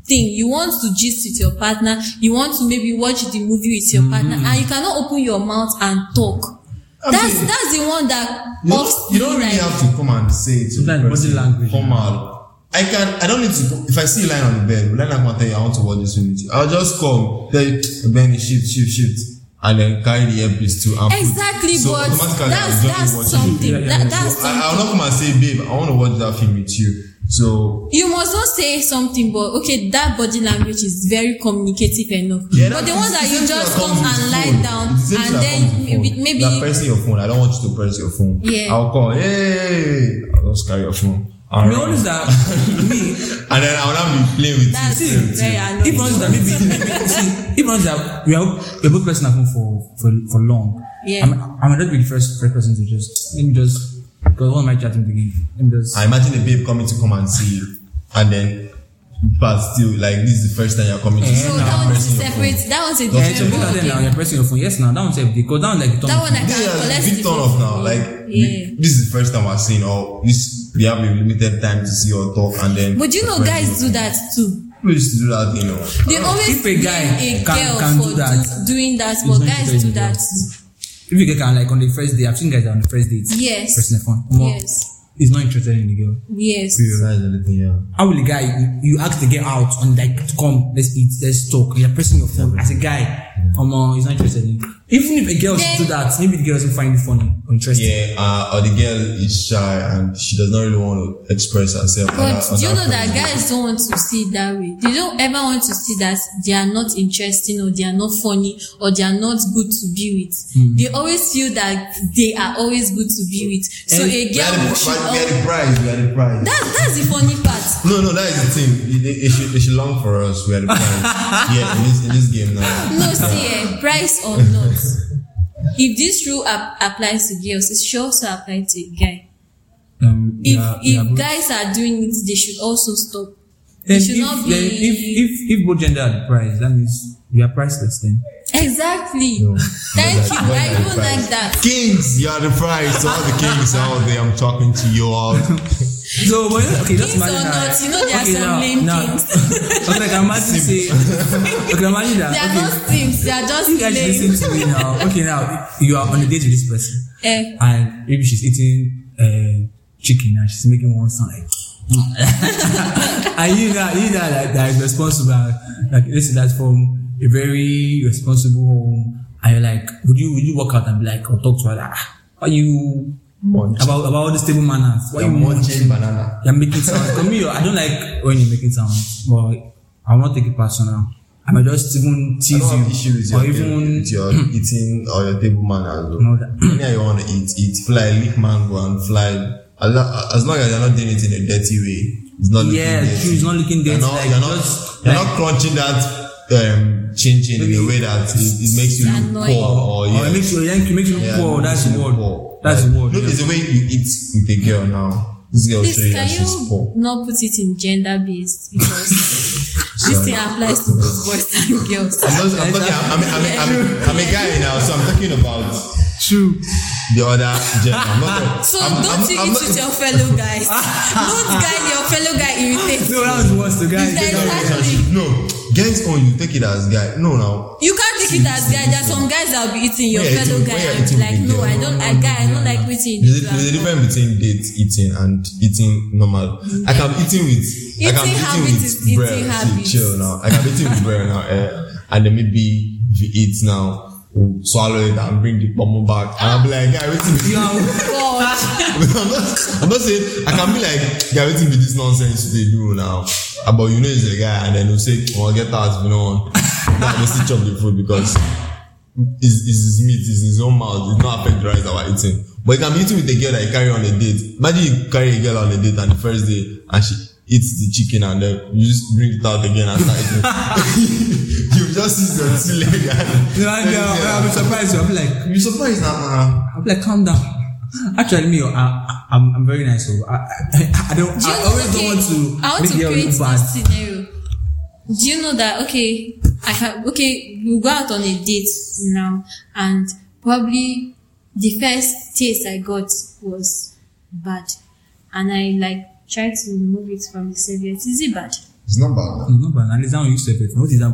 Speaker 3: thing, you want to gist with your partner, you want to maybe watch the movie with your partner,
Speaker 2: Mm-hmm.
Speaker 3: and you cannot open your mouth and talk.
Speaker 2: I
Speaker 3: that's
Speaker 2: mean,
Speaker 3: that's the one that
Speaker 2: You don't,
Speaker 3: offs
Speaker 2: you don't really
Speaker 3: me, like,
Speaker 2: have to come and say it to
Speaker 1: Like body
Speaker 2: the person.
Speaker 1: language.
Speaker 2: Formal. I can. I don't need to. Go, if I see you lying on the bed, then I can tell you I want to watch this movie. I'll just come. Tell you, Ben, shift, shift, shift, and then carry the earpiece to. and put-
Speaker 3: Exactly,
Speaker 2: So
Speaker 3: but
Speaker 2: automatically,
Speaker 3: that's
Speaker 2: I'll just
Speaker 3: that's
Speaker 2: watch it.
Speaker 3: something.
Speaker 1: Yeah, yeah, yeah.
Speaker 3: That, that's
Speaker 2: I, I'll
Speaker 3: something.
Speaker 2: not come and say, babe, I want to watch that film with you. So
Speaker 3: You must not say something, but okay, that body language is very communicative enough.
Speaker 2: Yeah,
Speaker 3: but
Speaker 2: that-
Speaker 3: the one that
Speaker 2: it's
Speaker 3: you
Speaker 2: the same
Speaker 3: just
Speaker 2: thing that
Speaker 3: come
Speaker 2: comes
Speaker 3: and
Speaker 2: with
Speaker 3: lie
Speaker 2: phone.
Speaker 3: down,
Speaker 2: It's the same
Speaker 3: and
Speaker 2: thing that comes
Speaker 3: then
Speaker 2: with
Speaker 3: maybe
Speaker 2: phone.
Speaker 3: maybe
Speaker 2: you are pressing your phone. I don't want you to press your phone.
Speaker 3: Yeah.
Speaker 2: I'll call. Hey, I'll just carry your phone.
Speaker 1: My own is that me,
Speaker 2: And then I will not be playing with
Speaker 3: That's
Speaker 2: you.
Speaker 1: see,
Speaker 3: very annoying.
Speaker 1: even is that maybe, maybe see, even is that we are we're both person at home for for, for long.
Speaker 3: Yeah.
Speaker 1: I'm I'm not be the first first person to just let me just because one of my chatting begin. Let me just
Speaker 2: I imagine a babe coming to come and see you, and then but still like this is the first time you're coming to
Speaker 1: Eh,
Speaker 2: see
Speaker 3: So
Speaker 1: Yeah,
Speaker 2: me.
Speaker 1: nah,
Speaker 3: that one is
Speaker 2: pressing your phone.
Speaker 3: separate. That one's a
Speaker 1: yeah, so
Speaker 3: different
Speaker 1: look at them now.
Speaker 3: ballgame.
Speaker 1: You're pressing your phone. Yes, now that one's safe because that one like the
Speaker 3: That one I
Speaker 2: This
Speaker 3: can
Speaker 2: is
Speaker 3: collect
Speaker 2: a big turn off now. Like
Speaker 3: Yeah.
Speaker 2: we- this is the first time I've seen. Or this we have a limited time to see or talk, and then.
Speaker 3: But you know, guys do that too.
Speaker 2: People used to do that, you know.
Speaker 3: They always
Speaker 1: If a guy
Speaker 3: blame a
Speaker 1: can-
Speaker 3: girl
Speaker 1: can
Speaker 3: for
Speaker 1: do that,
Speaker 3: do- doing that,
Speaker 1: it's
Speaker 3: but
Speaker 1: not
Speaker 3: guys
Speaker 1: very
Speaker 3: do
Speaker 1: good.
Speaker 3: that too.
Speaker 1: if you get can like on the first day, I've seen guys that on the first date.
Speaker 3: Yes.
Speaker 1: Pressing the phone. Omo,
Speaker 3: Yes.
Speaker 1: He's not interested in the girl.
Speaker 3: Yes.
Speaker 2: Prioritize everything, yeah.
Speaker 1: How will a guy you, you ask the girl out and like come let's eat let's talk you're pressing your phone as a guy um uh, he's not interested in you. even if a girl should do that maybe the girl doesn't find it funny or interesting
Speaker 2: Yeah, uh, or the girl is shy and she does not really want to express herself. on
Speaker 3: But
Speaker 2: that- on
Speaker 3: do you know that
Speaker 2: front.
Speaker 3: guys don't want to see it that way. They don't ever want to see that they are not interesting or they are not funny or they are not good to be with.
Speaker 1: Hmm.
Speaker 3: They always feel that they are always good to be with. So
Speaker 1: And
Speaker 3: a
Speaker 2: We are, the,
Speaker 3: girl should
Speaker 2: we are
Speaker 3: al-
Speaker 2: the prize. We are the prize.
Speaker 3: that's that's the funny part.
Speaker 2: No, no, that is the thing. They, they should, they should long for us. We are the prize. yeah, in this, in this game now.
Speaker 3: No, see, eh, price or not. If this rule ap- applies to girls, it should also apply to a guy.
Speaker 1: um
Speaker 3: If
Speaker 1: yeah, yeah,
Speaker 3: if
Speaker 1: but-
Speaker 3: guys are doing it, they should also stop.
Speaker 1: then
Speaker 3: It should
Speaker 1: if,
Speaker 3: not be.
Speaker 1: then if if if both gender are the prize that means we are priceless then
Speaker 3: exactly.
Speaker 2: No.
Speaker 3: Thank
Speaker 2: But like-
Speaker 3: you.
Speaker 2: but
Speaker 3: I
Speaker 2: like
Speaker 3: don't
Speaker 2: prize.
Speaker 3: like that.
Speaker 2: Kings, you are the prize. To all the kings out there, I'm talking to you all.
Speaker 1: so but you- okay just
Speaker 3: Kings or
Speaker 1: imagine that
Speaker 3: not, you know there are
Speaker 1: okay,
Speaker 3: some
Speaker 1: now,
Speaker 3: lame
Speaker 1: now,
Speaker 3: kings.
Speaker 1: okay like imagine say okay imagine that
Speaker 3: They are
Speaker 1: okay
Speaker 3: not things. They are just
Speaker 1: you guys
Speaker 3: names.
Speaker 1: listen to me now okay now you are on a date with this person
Speaker 3: Eh,
Speaker 1: and maybe she's eating uh, chicken and she's making one sound like and you know you know that, that is responsible and, like listen that's from a very responsible home and you're like would you would you walk out and be like or talk to her like ah, why you
Speaker 2: Munch.
Speaker 1: about about all the stable manners why
Speaker 2: You're
Speaker 1: you
Speaker 2: munching
Speaker 1: munching
Speaker 2: banana.
Speaker 1: you're making sounds for me I don't like when you're making sounds but I won't take it personal I might just even
Speaker 2: I
Speaker 1: tease
Speaker 2: don't have issue
Speaker 1: you
Speaker 2: with
Speaker 1: or
Speaker 2: your, table,
Speaker 1: even
Speaker 2: with your eating or your table manners. though.
Speaker 1: No, that-
Speaker 2: Anyhow you want to eat, eat. Fly, lick mango and fly. As lo- as long as you're not doing it in a dirty way, it's not looking
Speaker 1: yeah
Speaker 2: dirty.
Speaker 1: true it's not looking
Speaker 2: You're
Speaker 1: dirty
Speaker 2: not,
Speaker 1: like
Speaker 2: you're not,
Speaker 1: just
Speaker 2: you're
Speaker 1: like,
Speaker 2: not crunching that um, changing in a way that it, it makes you look
Speaker 3: Annoying.
Speaker 2: poor or, Oh, yeah.
Speaker 1: Or it makes you, it makes you
Speaker 2: Yeah,
Speaker 1: poor.
Speaker 2: it
Speaker 1: That's the
Speaker 2: makes you
Speaker 1: word.
Speaker 2: poor.
Speaker 1: That's the
Speaker 2: Like,
Speaker 1: word.
Speaker 2: Look,
Speaker 1: yeah.
Speaker 2: it's the way you eat with a girl now. This girl show
Speaker 3: please
Speaker 2: you that
Speaker 3: can
Speaker 2: she's
Speaker 3: you
Speaker 2: poor.
Speaker 3: not put it in gender based because this thing applies to both boys and girls.
Speaker 2: I'm not, I'm talking, I'm, I'm, I'm, I'm, I'm a guy now, so I'm talking about
Speaker 1: True.
Speaker 2: the other gender. I'm not,
Speaker 3: So
Speaker 2: I'm,
Speaker 3: don't
Speaker 2: I'm,
Speaker 3: you
Speaker 2: I'm
Speaker 3: eat
Speaker 2: not,
Speaker 3: with your fellow guys. don't guy your fellow guy irritates.
Speaker 1: No, that was worse. The guy.
Speaker 3: It's like-
Speaker 2: girl relationship. No, guys own you take it as guy. No, now
Speaker 3: You can't take it as guy. There are some guys that will be eating your
Speaker 2: When you're
Speaker 3: fellow
Speaker 2: eating-
Speaker 3: guy
Speaker 2: when you're
Speaker 3: and be
Speaker 2: eating
Speaker 3: like,
Speaker 2: with
Speaker 3: no,
Speaker 2: girl,
Speaker 3: I don't, I guy, I don't like waiting.
Speaker 2: there's a, there's a difference between date eating and eating normal. I can be eating with I can be eating
Speaker 3: Eating habit is
Speaker 2: with
Speaker 3: eating
Speaker 2: bread.
Speaker 3: habit.
Speaker 2: Chill, chill now. I can be eating with bread now, eh, and then maybe if you eat now, we'll swallow it and bring the bubble back, and I'll be like, guy, waiting with
Speaker 1: You are-
Speaker 3: God.
Speaker 2: I'm not, I'm not saying I can be like, yeah, waiting with this nonsense they do now. Ah, But you know he's a guy, and then he'll say, "Oh, get out, you know." Now they still chop the food because it's, it's his meat, it's his own mouth. It's not affect the rice that we're eating. But you can be eating with a girl that you carry on a date. Imagine you carry a girl on a date and the first day, and she eats the chicken, and then you just bring it out again and start eating. you just eat your two leg. and-
Speaker 1: No, I'm, I'm surprised. I'm like,
Speaker 2: You surprised now? Nah.
Speaker 1: I'm like, calm down. Actually, me, I, I'm, I'm very nice. So I, I, I don't.
Speaker 3: Do you
Speaker 1: I
Speaker 3: know-
Speaker 1: always
Speaker 3: okay,
Speaker 1: don't want to
Speaker 3: I want
Speaker 1: make
Speaker 3: to
Speaker 1: girl
Speaker 3: create
Speaker 1: look
Speaker 3: this
Speaker 1: bad.
Speaker 3: scenario. Do you know that okay, I have okay, we go out on a date now and probably the first taste I got was bad. And I like tried to remove it from the serviette. Is it bad?
Speaker 2: It's not bad.
Speaker 1: No, no, but at least I'm used to it. What is that?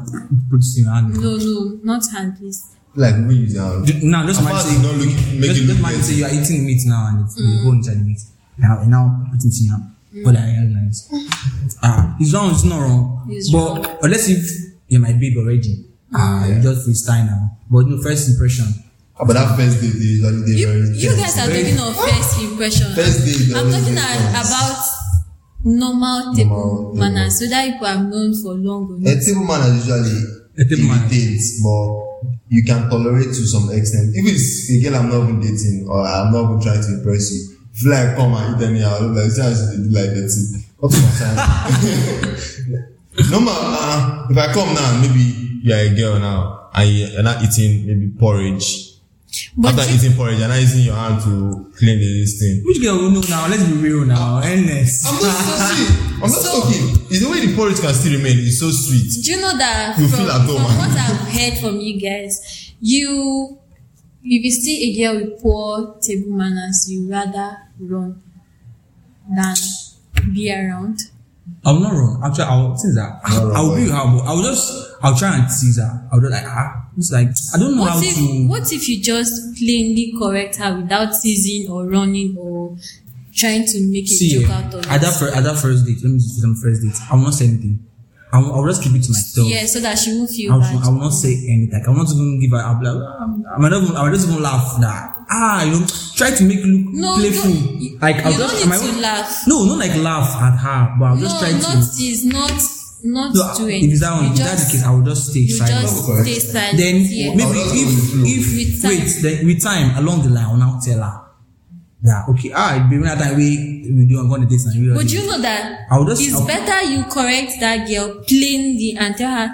Speaker 1: Put it in your hand.
Speaker 3: No, no, not hand please.
Speaker 2: Like we use our
Speaker 1: Ju- Now, just
Speaker 2: Apart
Speaker 1: imagine
Speaker 2: from not looking-
Speaker 1: say,
Speaker 2: making
Speaker 1: just,
Speaker 2: it
Speaker 1: just
Speaker 2: look
Speaker 1: imagine say
Speaker 2: dirty.
Speaker 1: you are eating meat now and it's, you go inside the meat. Now, and now put it in your
Speaker 3: Mm.
Speaker 1: all the headlines. Ah, it's wrong, it's not wrong.
Speaker 3: It's
Speaker 1: but
Speaker 3: wrong. Mm.
Speaker 1: unless if you're my babe already, ah, you just freestyle now. But no first impression.
Speaker 2: Ah, But that first day, they usually they
Speaker 3: You,
Speaker 2: very
Speaker 3: you guys are
Speaker 2: very-
Speaker 3: talking of first impression.
Speaker 2: First day is
Speaker 3: I'm
Speaker 2: always
Speaker 3: talking
Speaker 2: very
Speaker 3: a-
Speaker 2: nice.
Speaker 3: about normal table
Speaker 2: Normal Eh,
Speaker 3: manners, whether people are known for long or
Speaker 2: A
Speaker 3: not.
Speaker 2: table manners usually
Speaker 1: A table manners.
Speaker 2: irritates, but you can tolerate to some extent. If it's a girl I'm not even dating or I'm not even trying to impress you,
Speaker 4: If like come and eat anyhow, I'll be like, see how she dey do like dirty. Up to my time.
Speaker 2: No ma, uh, if I come now, maybe you are a girl now and you- you're not eating maybe porridge.
Speaker 3: But
Speaker 2: After
Speaker 3: you-
Speaker 2: eating porridge, you're not using your hand to clean the this thing.
Speaker 1: Which girl we know now? Let's be real now. Endless.
Speaker 2: I'm not so sweet. I'm not talking. It's the way the porridge can still remain. It's so sweet.
Speaker 3: do you know that
Speaker 2: You
Speaker 3: from,
Speaker 2: feel at
Speaker 3: from
Speaker 2: home.
Speaker 3: what I've heard from you guys, you if you see a girl with poor table manners, you rather run than be around.
Speaker 1: I'm not wrong. Actually, I'll tease her.
Speaker 4: wrong,
Speaker 1: I'll be
Speaker 4: boy.
Speaker 1: humble. I'll just, I'll try and tease her. I'll just like, ah, it's like, I don't know how
Speaker 3: What
Speaker 1: to.
Speaker 3: if what if you just plainly correct her without teasing or running or trying to make a
Speaker 1: See,
Speaker 3: joke out of
Speaker 1: at that,
Speaker 3: it?
Speaker 1: fir- at that first date, let me just on first date. I will not say anything. I will, I will just keep it to myself.
Speaker 3: Yeah, so that she won't feel
Speaker 1: I will,
Speaker 3: bad.
Speaker 1: I will not say anything. Like, I will not even give her. I'll be like, ah, I might not even, I will just even laugh that. Ah, you know, try to make look
Speaker 3: No,
Speaker 1: playful.
Speaker 3: don't-
Speaker 1: like, I'll
Speaker 3: you
Speaker 1: just,
Speaker 3: don't
Speaker 1: I
Speaker 3: need
Speaker 1: might-
Speaker 3: to laugh.
Speaker 1: No, not like laugh at her, but I'll
Speaker 3: No,
Speaker 1: just try
Speaker 3: not
Speaker 1: to.
Speaker 3: tease, not not
Speaker 1: No,
Speaker 3: do
Speaker 1: if
Speaker 3: anything.
Speaker 1: it's that one,
Speaker 3: You
Speaker 1: if that's the
Speaker 3: just-
Speaker 1: case, I will just stay
Speaker 3: you
Speaker 1: silent.
Speaker 3: just
Speaker 4: Correct.
Speaker 3: stay silent.
Speaker 1: then
Speaker 3: yeah.
Speaker 1: maybe
Speaker 4: I'll just go with flow.
Speaker 1: if if
Speaker 3: With time.
Speaker 1: wait then with time along the line i will now tell her that okay ah it be around that time wey we do go on a date and we already-
Speaker 3: But you know that
Speaker 1: I will just-
Speaker 3: it's
Speaker 1: I'll-
Speaker 3: better you correct that girl plainly and tell her,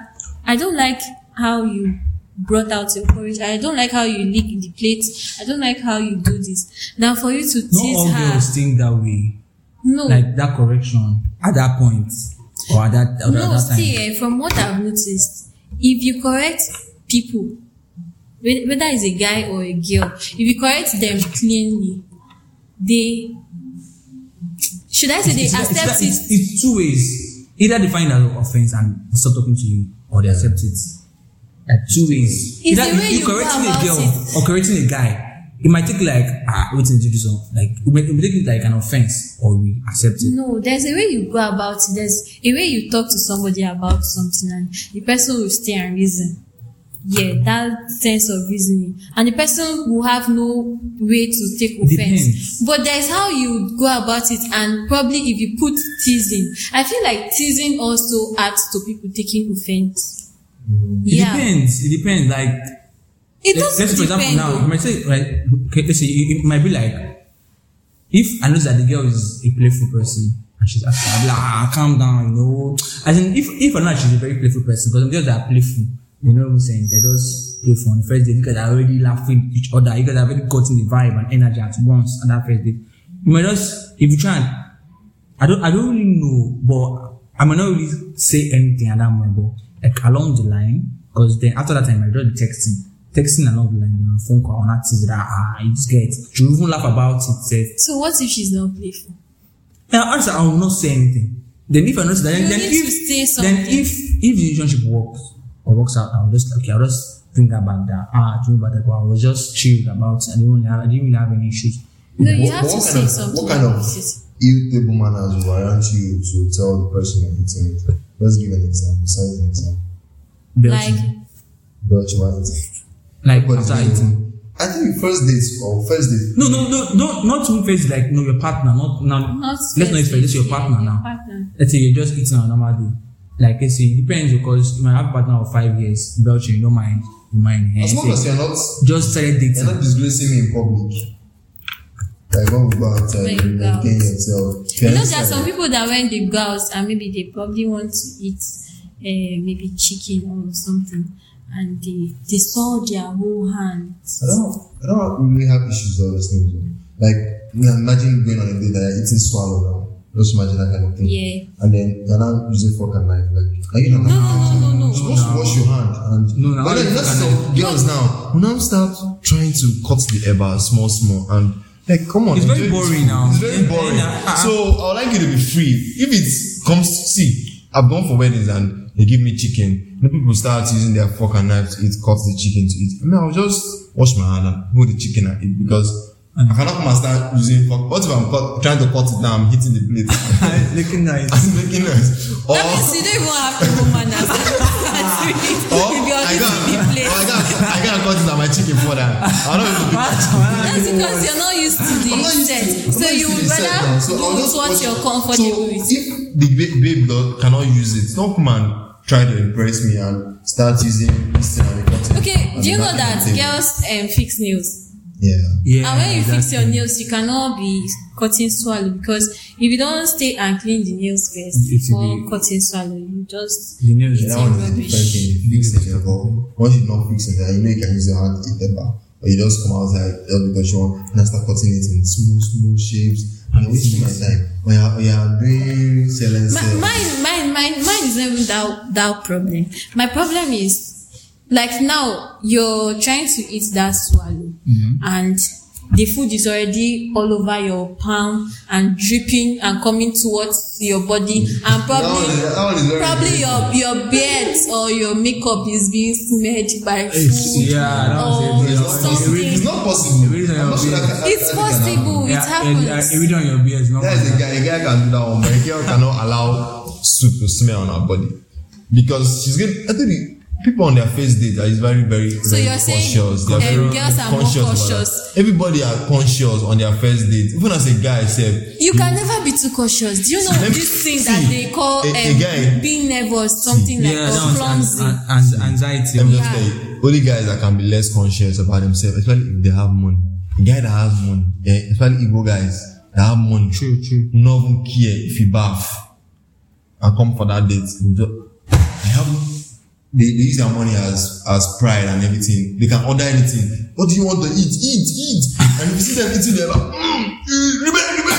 Speaker 3: I don't like how you brought out your porridge. I don't like how you lick the plate. I don't like how you do this. Than for you to
Speaker 1: not all
Speaker 3: tease her.
Speaker 1: girls think that way
Speaker 3: No,
Speaker 1: like that correction at that point or at that or at
Speaker 3: no,
Speaker 1: that
Speaker 3: see,
Speaker 1: time
Speaker 3: eh, from what I've noticed, if you correct people, whe- whether it's a guy or a girl, if you correct them plainly, they, should I say they
Speaker 1: it's, it's,
Speaker 3: accept
Speaker 1: it's,
Speaker 3: it?
Speaker 1: it's, it's two ways either they find that offense and stop talking to you or they accept it like two ways
Speaker 3: It's
Speaker 1: either
Speaker 3: the way you go
Speaker 1: correcting a
Speaker 3: about
Speaker 1: girl
Speaker 3: it.
Speaker 1: or correcting a guy it might take like ah wait until you do something like it might, it might take it like an offense or we accept it
Speaker 3: No, there's a way you go about it. There's a way you talk to somebody about something and the person will stay and reason. Yeah, that sense of reasoning. And the person will have no way to take offense.
Speaker 1: Depends.
Speaker 3: But there's how you go about it and probably if you put teasing. I feel like teasing also adds to people taking offense.
Speaker 1: It
Speaker 3: Mm, Yeah.
Speaker 1: depends. It depends. Like let-
Speaker 3: It doesn't
Speaker 1: let's say for
Speaker 3: depend.
Speaker 1: example now,
Speaker 3: though.
Speaker 1: you might say like okay, let's say it, it might be like if I know that the girl is a playful person and she's acting, I'll be like, ah, calm down, you know. As in if if I know that she's a very playful person, because some girls that are playful, you know what I'm saying? They're just playful on the first date because they're already laughing with each other, you guys have already gotten the vibe and energy at once on that first date. You might just if you try and I don't I don't really know, but I might not really say anything at that moment, but like along the line, because then after that time I just be texting. Texting along the line, you know, phone call on that thing that ah, you just get. You even laugh about it, said.
Speaker 3: so what if she's not playful?
Speaker 1: Now answer I will not say anything. Then if I notice that
Speaker 3: You
Speaker 1: then, then
Speaker 3: need
Speaker 1: if
Speaker 3: to say
Speaker 1: then
Speaker 3: something.
Speaker 1: if if the relationship works or works out, I'll just okay, I'll just bring her back that ah, do you know about that? Well, I was just chilled about it. I didn't really have, I didn't really have any issues.
Speaker 3: No, you
Speaker 4: What-
Speaker 3: have to
Speaker 4: what
Speaker 3: say
Speaker 4: kind of-
Speaker 3: something.
Speaker 4: What kind of
Speaker 3: about it.
Speaker 4: ill table manners will warrant you to tell the person you're eating with? Let's give an example. Size an example.
Speaker 3: Like,
Speaker 4: Dutch white.
Speaker 1: like after eating.
Speaker 4: I think first date or first date.
Speaker 1: No, no, no, no, not to face like no your partner, not now.
Speaker 3: not
Speaker 1: let's not face your
Speaker 3: yeah,
Speaker 1: partner now.
Speaker 3: partner.
Speaker 1: Let's say you're just eating on a normal day. Like let's say it depends because you might have a partner of five years, Belgium, you don't mind, you mind. eh,
Speaker 4: As long as
Speaker 1: say,
Speaker 4: you're not
Speaker 1: Just started
Speaker 4: you're
Speaker 1: dating.
Speaker 4: not disgracing me in public. Like when we go outside,
Speaker 3: When you
Speaker 4: you
Speaker 3: go
Speaker 4: maintain yourself.
Speaker 3: You know, there are some people that when they go out and maybe they probably want to eat uh, maybe chicken or something, and they they saw their whole hand.
Speaker 4: I don't, I don't really have issues with all those things. though. Like, now imagine going on a date that you're eating swallow now. Just imagine that kind of thing.
Speaker 3: Yeah.
Speaker 4: And then you're not using fork and knife. Like, are you not
Speaker 3: No, no, no, no,
Speaker 4: You're
Speaker 3: no.
Speaker 4: supposed to wash your hand. And,
Speaker 1: No, no,
Speaker 4: but
Speaker 1: I
Speaker 4: then
Speaker 1: use
Speaker 4: that's
Speaker 1: fork and
Speaker 4: some girls now. Who now start trying to cut the eba small, small. And, like, come on.
Speaker 1: It's
Speaker 4: enjoy
Speaker 1: very
Speaker 4: this
Speaker 1: boring
Speaker 4: food.
Speaker 1: now.
Speaker 4: It's very
Speaker 1: Yeah,
Speaker 4: boring.
Speaker 1: yeah, uh-uh.
Speaker 2: So I would like you to be free. If it comes to see, I've gone for weddings and they give me chicken. The people start using their fork and knife to eat, cut the chicken to eat. I mean, I'll just wash my hand and hold the chicken and eat because I cannot come and start using fork. What if I'm cut, trying to cut it now? I'm hitting the plate.
Speaker 1: Looking nice.
Speaker 2: I'm making noise. Or,
Speaker 3: That
Speaker 4: Oh.
Speaker 3: means you don't even have to woman as
Speaker 4: Oh,
Speaker 2: or
Speaker 3: if you're
Speaker 2: I
Speaker 3: this
Speaker 2: can't,
Speaker 3: big
Speaker 2: or I
Speaker 3: place.
Speaker 2: can't, I can't cut it at my chicken for that. I don't even
Speaker 3: That's because you're not used to the
Speaker 4: I'm not used to- I'm
Speaker 3: set. So
Speaker 4: not
Speaker 3: you
Speaker 4: used to
Speaker 3: would
Speaker 4: the set now,
Speaker 3: rather
Speaker 4: so
Speaker 3: go
Speaker 4: I'll
Speaker 3: with
Speaker 4: just
Speaker 3: what
Speaker 4: watch-
Speaker 3: you're
Speaker 4: so
Speaker 3: comfortable with.
Speaker 4: If
Speaker 2: the ba- babe do- cannot use it.
Speaker 4: no man try to impress me and start using this thing and the cutting.
Speaker 3: Okay,
Speaker 4: and
Speaker 3: do you
Speaker 4: the
Speaker 3: know
Speaker 4: knife
Speaker 3: that
Speaker 4: and the thing.
Speaker 3: girls um, fix nails?
Speaker 4: Yeah.
Speaker 1: Yeah.
Speaker 3: and when you fix your
Speaker 1: exactly.
Speaker 3: nails you cannot be cutting swallow because if you don stay and clean the nails first
Speaker 1: It will
Speaker 3: before
Speaker 1: be-
Speaker 3: cutting swallow you just
Speaker 1: the nails.
Speaker 4: Yeah, that one is a different
Speaker 3: rubbish.
Speaker 4: thing. You fix it, but once you not fix it, you know you can use your hand to eat them back. But you just come outside just because you want and then start cutting it in small, small shapes. And you're wasting my time. Oh, When you're, when you're doing selling
Speaker 3: my,
Speaker 4: sales.
Speaker 3: mine mine mine mine is not even that that problem my problem is like now you're trying to eat that swallow
Speaker 1: Mm-hmm.
Speaker 3: and the food is already all over your palm and dripping and coming towards your body and
Speaker 4: That
Speaker 3: probably
Speaker 4: one is- that one is very
Speaker 3: probably your your beard or your makeup is being smeared by
Speaker 1: It's-
Speaker 3: food
Speaker 1: yeah, that was
Speaker 3: or
Speaker 1: it. It's not-
Speaker 3: something
Speaker 4: It's not possible.
Speaker 1: The reason
Speaker 4: I'm not sure
Speaker 1: I'll be-
Speaker 4: that can- that
Speaker 3: it's
Speaker 4: can happen.
Speaker 3: possible Oh, it happens
Speaker 1: Yeah, uh, every time your beard is not.
Speaker 2: That's a guy. A guy can do that one, but a girl cannot allow soup to smell on her body because she's going. I think the people on their first date are very, very,
Speaker 3: So
Speaker 2: very
Speaker 3: you're saying,
Speaker 2: conscious. They're
Speaker 3: um,
Speaker 2: very
Speaker 3: girls are more
Speaker 2: about
Speaker 3: cautious.
Speaker 2: that. Everybody are conscious on their first date. Even as a guy, said
Speaker 3: You can never be too cautious. Do you know
Speaker 2: Let me-
Speaker 3: this thing that
Speaker 2: see,
Speaker 3: they call
Speaker 2: a-
Speaker 3: um,
Speaker 2: again.
Speaker 3: being nervous, something like
Speaker 1: Yeah,
Speaker 3: that,
Speaker 1: that was
Speaker 3: clumsy?
Speaker 1: an, an, an, anxiety.
Speaker 2: let me just
Speaker 3: Yeah.
Speaker 2: tell you, only guys that can be less conscious about themselves, especially if they have money. A guy that has money, eh, especially Igbo guys that have money,
Speaker 1: True, true.
Speaker 2: not even care if you bath and come for that date. You just, they have they, they use their money as as pride and everything. They can order anything. What do you want to eat? Eat, eat. And if you see them eating, they're like, mm, eh, rebel, rebel.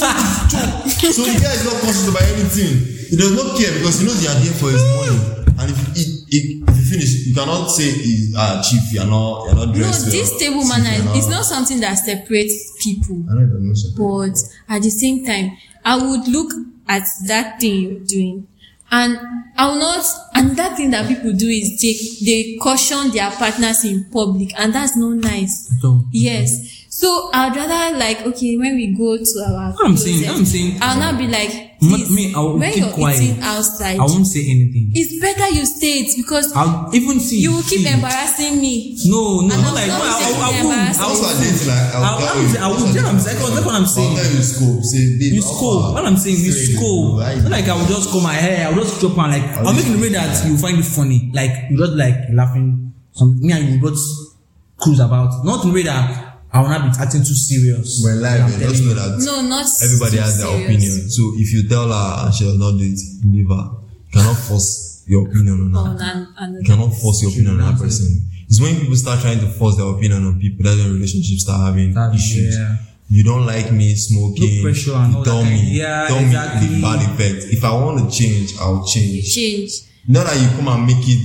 Speaker 2: Chop. so the guy is not conscious about anything. He does not care because he knows you are there for his money. And if you eat, eat- if you finish, you cannot say, "Is uh, chief, you are not, you are not
Speaker 3: No,
Speaker 2: dressed." well.
Speaker 3: this table
Speaker 2: Chief, you are
Speaker 3: manner is not something that separates people.
Speaker 4: I don't even know. sir.
Speaker 3: But at the same time, I would look at that thing you're doing. And I will not, and that thing that people do is they, they caution their partners in public, and that's not nice.
Speaker 1: So,
Speaker 3: Yes. So I'd rather like, okay, when we go to our
Speaker 1: What I'm saying- what I'm saying-
Speaker 3: will not be like,
Speaker 1: Me-
Speaker 3: please,
Speaker 1: me, I will
Speaker 3: when
Speaker 1: keep
Speaker 3: you're
Speaker 1: quiet.
Speaker 3: eating outside,
Speaker 1: I won't say anything.
Speaker 3: it's better you stay it because
Speaker 1: I'll even see.
Speaker 3: you will
Speaker 1: see.
Speaker 3: keep embarrassing me.
Speaker 1: No, no,
Speaker 3: And
Speaker 1: not
Speaker 3: I'm
Speaker 1: like
Speaker 3: not
Speaker 1: I, I, I
Speaker 3: saying
Speaker 1: won't. I
Speaker 4: Also,
Speaker 1: won't.
Speaker 4: I didn't like.
Speaker 1: I- I would- I would- yeah, I'm saying- that's what I'm saying.
Speaker 4: Sometimes you scope, say, babe,
Speaker 1: You
Speaker 4: how
Speaker 1: scold.
Speaker 4: far?
Speaker 1: What I'm saying, you
Speaker 4: Say,
Speaker 1: scold.
Speaker 4: "Why
Speaker 1: Not like I will just comb my hair. I will just chop and like I'll make it the way that you find it funny. Like you just like laughing. Some me and you both cruise about. Not the way that I will not be acting too serious.
Speaker 2: When life,
Speaker 1: I'm
Speaker 2: you just
Speaker 1: telling
Speaker 2: know
Speaker 1: you.
Speaker 2: that
Speaker 3: No, not
Speaker 2: everybody
Speaker 3: too
Speaker 2: has their
Speaker 3: serious.
Speaker 2: opinion. So if you tell her and she does not do it, leave her. You cannot force your opinion on
Speaker 3: On
Speaker 2: her.
Speaker 3: an, another
Speaker 2: You cannot force your opinion on that
Speaker 1: that's it.
Speaker 2: person. It's when people start trying to force their opinion on people that's when relationships start having
Speaker 1: That-
Speaker 2: issues.
Speaker 1: yeah.
Speaker 2: You don't like me smoking.
Speaker 1: No pressure and
Speaker 2: you
Speaker 1: all
Speaker 2: tell
Speaker 1: that kind-
Speaker 2: me.
Speaker 1: yeah,
Speaker 2: tell me
Speaker 1: exactly.
Speaker 2: the bad effect. If I want to change, I'll
Speaker 3: You
Speaker 2: change.
Speaker 3: change.
Speaker 2: Not that you come and make it.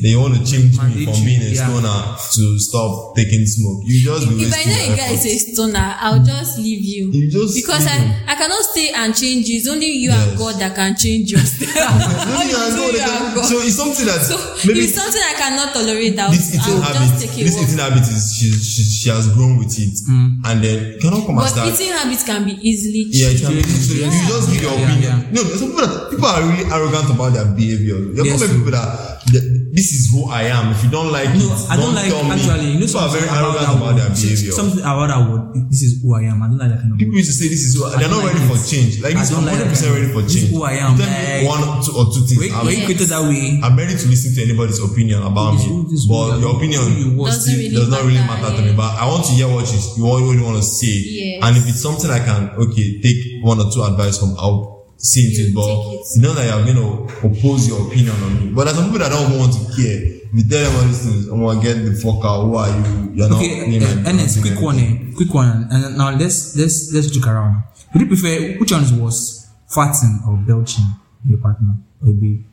Speaker 2: They want to change me
Speaker 1: Mandate
Speaker 2: from
Speaker 1: you,
Speaker 2: being a
Speaker 1: yeah.
Speaker 2: stoner to stop taking smoke. You just be
Speaker 3: If I
Speaker 2: wasting
Speaker 3: know
Speaker 2: your
Speaker 3: a guy
Speaker 2: effort.
Speaker 3: is a stoner, I'll just leave you.
Speaker 2: You just
Speaker 3: because
Speaker 2: leave him.
Speaker 3: I, I cannot stay and change you. It's only you
Speaker 2: Yes.
Speaker 3: and God that can change yourself.
Speaker 2: Maybe I know
Speaker 3: Only
Speaker 2: they
Speaker 3: you and
Speaker 2: can-
Speaker 3: God.
Speaker 2: So it's something that
Speaker 3: So
Speaker 2: maybe
Speaker 3: it's something I cannot tolerate. I'll,
Speaker 2: this eating
Speaker 3: I'll just
Speaker 2: habit,
Speaker 3: take it.
Speaker 2: this eating habit is she, she, she has grown with it,
Speaker 1: Hmm.
Speaker 2: and then you cannot come and
Speaker 3: But
Speaker 2: start.
Speaker 3: eating habits can be easily
Speaker 2: yeah, it
Speaker 3: changed.
Speaker 2: can be, so
Speaker 1: Yeah.
Speaker 2: you just give your
Speaker 1: Yeah,
Speaker 2: opinion.
Speaker 1: yeah.
Speaker 2: No, there's some people that people are really arrogant about their behavior. There are
Speaker 1: Yes,
Speaker 2: probably
Speaker 1: sir.
Speaker 2: people that, that this is who I am. If you don't like
Speaker 1: No,
Speaker 2: it,
Speaker 1: I don't like
Speaker 2: tell me.
Speaker 1: actually. You know
Speaker 2: people are
Speaker 1: something
Speaker 2: very
Speaker 1: about
Speaker 2: arrogant
Speaker 1: that
Speaker 2: about their
Speaker 1: word.
Speaker 2: behavior.
Speaker 1: Something about that word. This is who I am. I don't like that kind of word.
Speaker 2: People used to say this is who they're
Speaker 1: don't
Speaker 2: not
Speaker 1: like
Speaker 2: ready
Speaker 1: it.
Speaker 2: for change. Like
Speaker 1: I
Speaker 2: this,
Speaker 1: don't
Speaker 2: I'm
Speaker 1: like that
Speaker 2: 100%
Speaker 1: kind
Speaker 2: ready
Speaker 1: of-
Speaker 2: for
Speaker 1: this is
Speaker 2: change.
Speaker 1: who I am,
Speaker 2: Tell me
Speaker 1: like-
Speaker 2: one two, or two things.
Speaker 1: When
Speaker 2: I'm-
Speaker 1: when you created that way,
Speaker 2: I'm ready to listen to anybody's opinion about
Speaker 1: It's
Speaker 2: me,
Speaker 1: who- it's who you
Speaker 2: but
Speaker 1: are,
Speaker 2: your
Speaker 1: who you
Speaker 2: opinion
Speaker 1: were.
Speaker 3: Doesn't
Speaker 2: still-
Speaker 3: really
Speaker 2: does not really
Speaker 3: matter,
Speaker 2: matter to me.
Speaker 3: yeah.
Speaker 2: But I want to hear what you you what you want to say,
Speaker 3: Yes.
Speaker 2: and if it's something I can okay take one or two advice from, I'll see into it.
Speaker 3: You
Speaker 2: But
Speaker 3: take it.
Speaker 2: you know that you're going to oppose your opinion on me. But there's some people that don't even want to care. If you tell them all these things, I'm gonna get the fuck out. Who are you? You're not
Speaker 1: Okay,
Speaker 2: playing
Speaker 1: uh,
Speaker 2: my
Speaker 1: Ernest,
Speaker 2: game
Speaker 1: quick
Speaker 2: anymore.
Speaker 1: one, eh? quick one. And now let's let's let's joke around. Would you prefer which one is worse, farting or belching in your partner or your babe?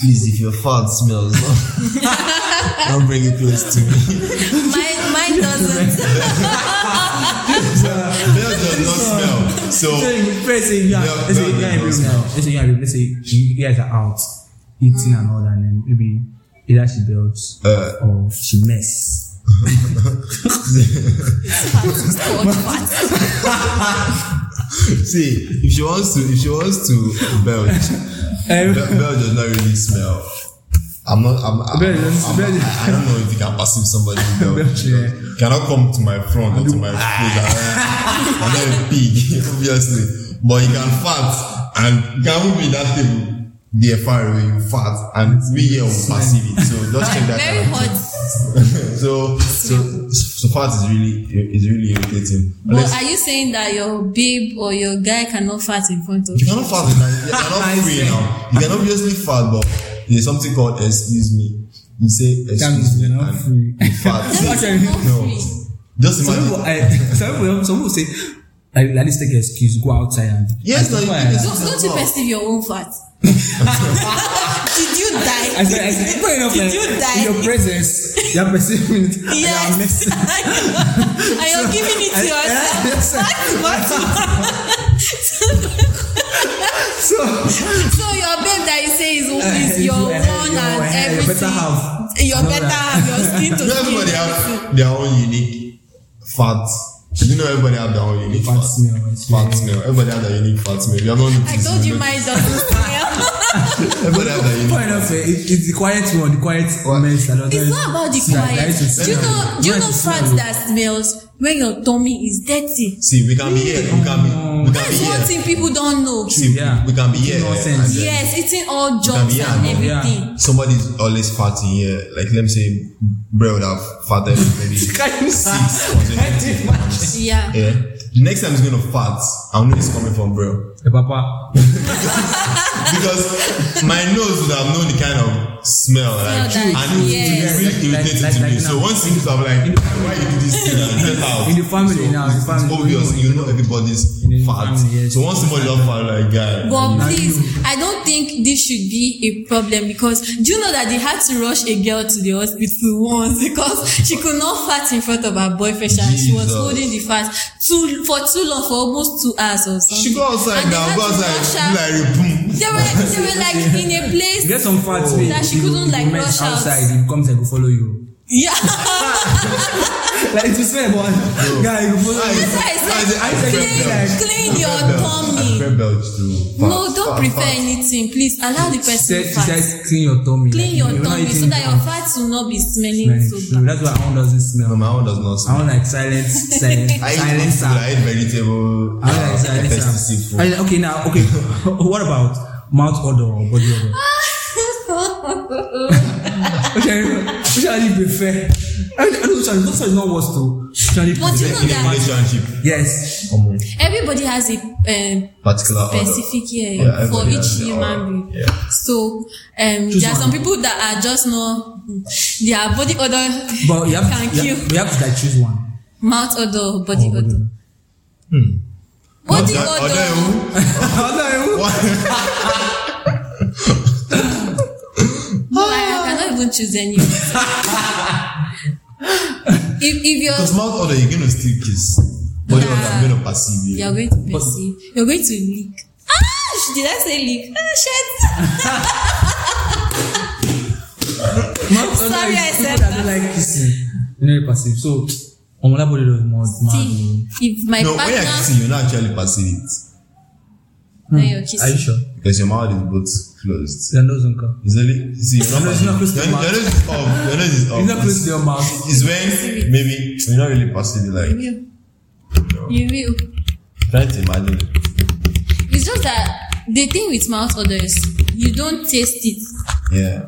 Speaker 2: Please, if your fart smells, don't bring it close to me.
Speaker 3: Mine, mine doesn't.
Speaker 2: Smell does not smell.
Speaker 1: So
Speaker 2: So
Speaker 1: you- let's say you are,
Speaker 2: Bel-
Speaker 1: let's say you
Speaker 2: belching
Speaker 1: are in a
Speaker 2: is
Speaker 1: room now. Let's say you are in a room. Let's say you guys are out eating and all that, and then maybe either she belts
Speaker 2: Uh.
Speaker 1: or she mess.
Speaker 3: Or fat.
Speaker 2: see, if she wants to, if she wants to belch,
Speaker 1: Um,
Speaker 2: Bell, Bell does not really smell. I'm not. I'm, I'm,
Speaker 1: Bell
Speaker 2: I'm,
Speaker 1: doesn't-
Speaker 2: I'm,
Speaker 1: Bell does-
Speaker 2: I, I don't know if you can perceive somebody with Bell.
Speaker 1: Bell, yeah.
Speaker 2: You Cannot come to my front or to my face.
Speaker 1: Ah.
Speaker 2: I'm not a pig, obviously, but you can fart and you can move in that table. They're far away, you fat, and we here on passivity. So just check that
Speaker 3: very
Speaker 2: out.
Speaker 3: hot.
Speaker 2: So, so, so fat is really, is really irritating.
Speaker 3: But
Speaker 2: Unless-
Speaker 3: are you saying that your babe or your guy cannot fart in front of
Speaker 2: You
Speaker 3: you?
Speaker 2: cannot fart in Nigeria. You cannot free now. You can obviously fart, but there's something called excuse me. You say
Speaker 1: Damn,
Speaker 2: excuse me
Speaker 1: you're not
Speaker 2: and
Speaker 1: free.
Speaker 2: you fart.
Speaker 1: That's actually-
Speaker 3: not
Speaker 2: No.
Speaker 3: free.
Speaker 2: Just
Speaker 1: Some
Speaker 2: imagine.
Speaker 1: people, I, some people, some people say, like, at least take an excuse, go outside and.
Speaker 2: Yes, no,
Speaker 1: I
Speaker 2: you
Speaker 1: said, why?
Speaker 2: can just-
Speaker 3: Don't, don't you perceive your own fart? Did you die?
Speaker 1: I said, I said, fair enough,
Speaker 3: Did
Speaker 1: like,
Speaker 3: you
Speaker 1: in your
Speaker 3: die?
Speaker 1: presence, you are perceiving it. and you are
Speaker 3: Yes.
Speaker 1: messing-
Speaker 3: and you're giving it to
Speaker 1: and- and I-
Speaker 3: yourself.
Speaker 1: yes. So,
Speaker 3: So your babe that you say is, is
Speaker 1: Uh,
Speaker 3: your
Speaker 1: your-
Speaker 3: own
Speaker 1: your-
Speaker 3: and
Speaker 1: your
Speaker 3: everything.
Speaker 1: better half.
Speaker 3: Your
Speaker 1: No,
Speaker 3: better
Speaker 1: no.
Speaker 3: half, your skin to
Speaker 2: You know,
Speaker 3: skin.
Speaker 2: everybody have their own unique fart. You know, everybody have their own unique
Speaker 1: Fart
Speaker 2: fart.
Speaker 1: smell,
Speaker 2: Fat
Speaker 1: yeah.
Speaker 2: smell. Everybody have their unique fat smell. You have not
Speaker 3: I
Speaker 2: noticed.
Speaker 3: told you
Speaker 2: know.
Speaker 3: mine doesn't smell.
Speaker 2: Everybody have their unique.
Speaker 1: fair enough, eh, it, it's the quiet one, the quiet mess.
Speaker 3: It's not about the quiet. Do you know? Do you know fat that smells when your tummy is dirty?
Speaker 2: See, we can be here. We can be. We can be
Speaker 3: That's one
Speaker 2: here.
Speaker 3: thing people don't know.
Speaker 2: See,
Speaker 1: Yeah.
Speaker 2: we can be here.
Speaker 1: Nonsense.
Speaker 2: and then-
Speaker 3: Yes, eating all jobs
Speaker 2: Yeah,
Speaker 3: and
Speaker 2: yeah.
Speaker 3: everything.
Speaker 2: Somebody's always fat in here. Like, let me say, bro would have fatted maybe six
Speaker 1: Can you
Speaker 2: consecutive times.
Speaker 3: Yeah.
Speaker 2: Yeah. The next time he's gonna fart, I know it's coming from bro.
Speaker 1: Papa,
Speaker 2: Because my nose would have known the kind of smell, like,
Speaker 3: Smell that-
Speaker 2: and it would be
Speaker 3: yes.
Speaker 1: Like-
Speaker 2: really irritating
Speaker 1: like-
Speaker 2: to
Speaker 1: like
Speaker 2: me. So
Speaker 1: now.
Speaker 2: once you I'm like, why you do this thing and get out?
Speaker 1: in the family
Speaker 2: So
Speaker 1: now, in the
Speaker 2: it's-
Speaker 1: family.
Speaker 2: It's obvious, you know everybody's
Speaker 1: In the
Speaker 2: fat.
Speaker 1: family, yes.
Speaker 2: So once somebody don't fart like guy,
Speaker 3: But
Speaker 1: Yeah.
Speaker 3: please, I don't think this should be a problem because do you know that they had to rush a girl to the hospital once because she could not fart in front of her boyfriend and she was
Speaker 2: Jesus.
Speaker 3: holding the fart too for too long for almost two hours or something.
Speaker 2: she go outside
Speaker 3: And they
Speaker 2: now,
Speaker 3: had
Speaker 2: go
Speaker 3: to
Speaker 2: outside,
Speaker 3: rush her.
Speaker 2: like, boom.
Speaker 3: They were they were like in a place.
Speaker 1: you get some fat oh,
Speaker 3: That she couldn't, like, rush out.
Speaker 1: outside. He comes and go follow you.
Speaker 3: Yeah.
Speaker 1: Like it was fair, but guy, you follow.
Speaker 2: I-
Speaker 1: you.
Speaker 3: That's why I said
Speaker 1: I said like-
Speaker 3: clean, clean your
Speaker 2: I
Speaker 3: tummy.
Speaker 2: prefer belch to fart.
Speaker 3: No, don't
Speaker 2: Fart,
Speaker 3: prefer
Speaker 2: fart.
Speaker 3: anything. Please allow the
Speaker 1: She
Speaker 3: person
Speaker 1: said,
Speaker 3: to
Speaker 1: she
Speaker 3: fart.
Speaker 1: said, clean your tummy.
Speaker 3: Clean
Speaker 1: like,
Speaker 3: your
Speaker 1: you're not
Speaker 3: tummy so
Speaker 1: eating
Speaker 3: that your
Speaker 1: fat.
Speaker 3: fat will not be smelling
Speaker 1: Like,
Speaker 3: so
Speaker 1: true.
Speaker 3: bad.
Speaker 1: That's why our own doesn't
Speaker 2: No,
Speaker 1: smell.
Speaker 2: my own does not smell.
Speaker 1: Our own like silent, silent,
Speaker 2: I eat
Speaker 1: silent.
Speaker 2: food,
Speaker 1: sound.
Speaker 2: I eat vegetable,
Speaker 1: I don't
Speaker 2: uh,
Speaker 1: like silent
Speaker 2: tasty
Speaker 1: sound.
Speaker 2: seafood.
Speaker 1: I- Okay, now, okay. What about mouth odor or body odor? which one which one you prefer? I mean, I know which one which one is not worse though. Which one you
Speaker 3: But you
Speaker 1: prefer?
Speaker 3: know
Speaker 2: In a
Speaker 3: that
Speaker 2: relationship,
Speaker 1: Yes.
Speaker 2: um,
Speaker 3: everybody has a um,
Speaker 2: particular order.
Speaker 3: specific year
Speaker 2: Oh, Yeah,
Speaker 3: for
Speaker 2: everybody has
Speaker 3: each
Speaker 2: their
Speaker 3: human
Speaker 2: own.
Speaker 3: being.
Speaker 2: Yeah.
Speaker 3: So um,
Speaker 1: Choose
Speaker 3: there are some
Speaker 1: one.
Speaker 3: people that are just not their body odor
Speaker 1: But you have
Speaker 3: can
Speaker 1: to, you
Speaker 3: kill
Speaker 1: have, you have to like choose one.
Speaker 3: mouth odor, body
Speaker 1: Or body
Speaker 3: odor.
Speaker 1: odor.
Speaker 3: Body
Speaker 2: Hmm. Order- oh.
Speaker 3: odor.
Speaker 2: order who?
Speaker 1: Oh,
Speaker 3: No, I, I cannot even choose any. of it. if if
Speaker 2: Because
Speaker 3: you're
Speaker 2: mouth order, you're gonna still kiss. Body
Speaker 3: Nah.
Speaker 2: order, I'm gonna perceive you.
Speaker 3: you're going to perceive, you're going to leak. Ah, did I say leak? Ah, shit.
Speaker 1: no. Mouth odor
Speaker 3: Sorry,
Speaker 1: is
Speaker 3: I
Speaker 1: people
Speaker 3: said
Speaker 1: that. don't like kissing. You know, passive. So, on that body odor is more mad.
Speaker 3: See, if my
Speaker 2: No, when
Speaker 3: partner,
Speaker 2: you're kissing, you're not actually perceive it.
Speaker 3: when you're
Speaker 1: Are you
Speaker 3: kissing,
Speaker 1: sure?
Speaker 2: Because your mouth is both closed.
Speaker 1: Your nose don't come.
Speaker 2: It's only, see, you're not
Speaker 1: No, it's not close to
Speaker 2: perceiving-
Speaker 1: your
Speaker 2: Your your nose is off. Your nose is off.
Speaker 1: You're not close to your mouth.
Speaker 2: It's when maybe you're not really perceiving, like,
Speaker 3: you, you will.
Speaker 2: try to imagine.
Speaker 3: It's just that the thing with mouth odor is you don't taste it.
Speaker 2: Yeah.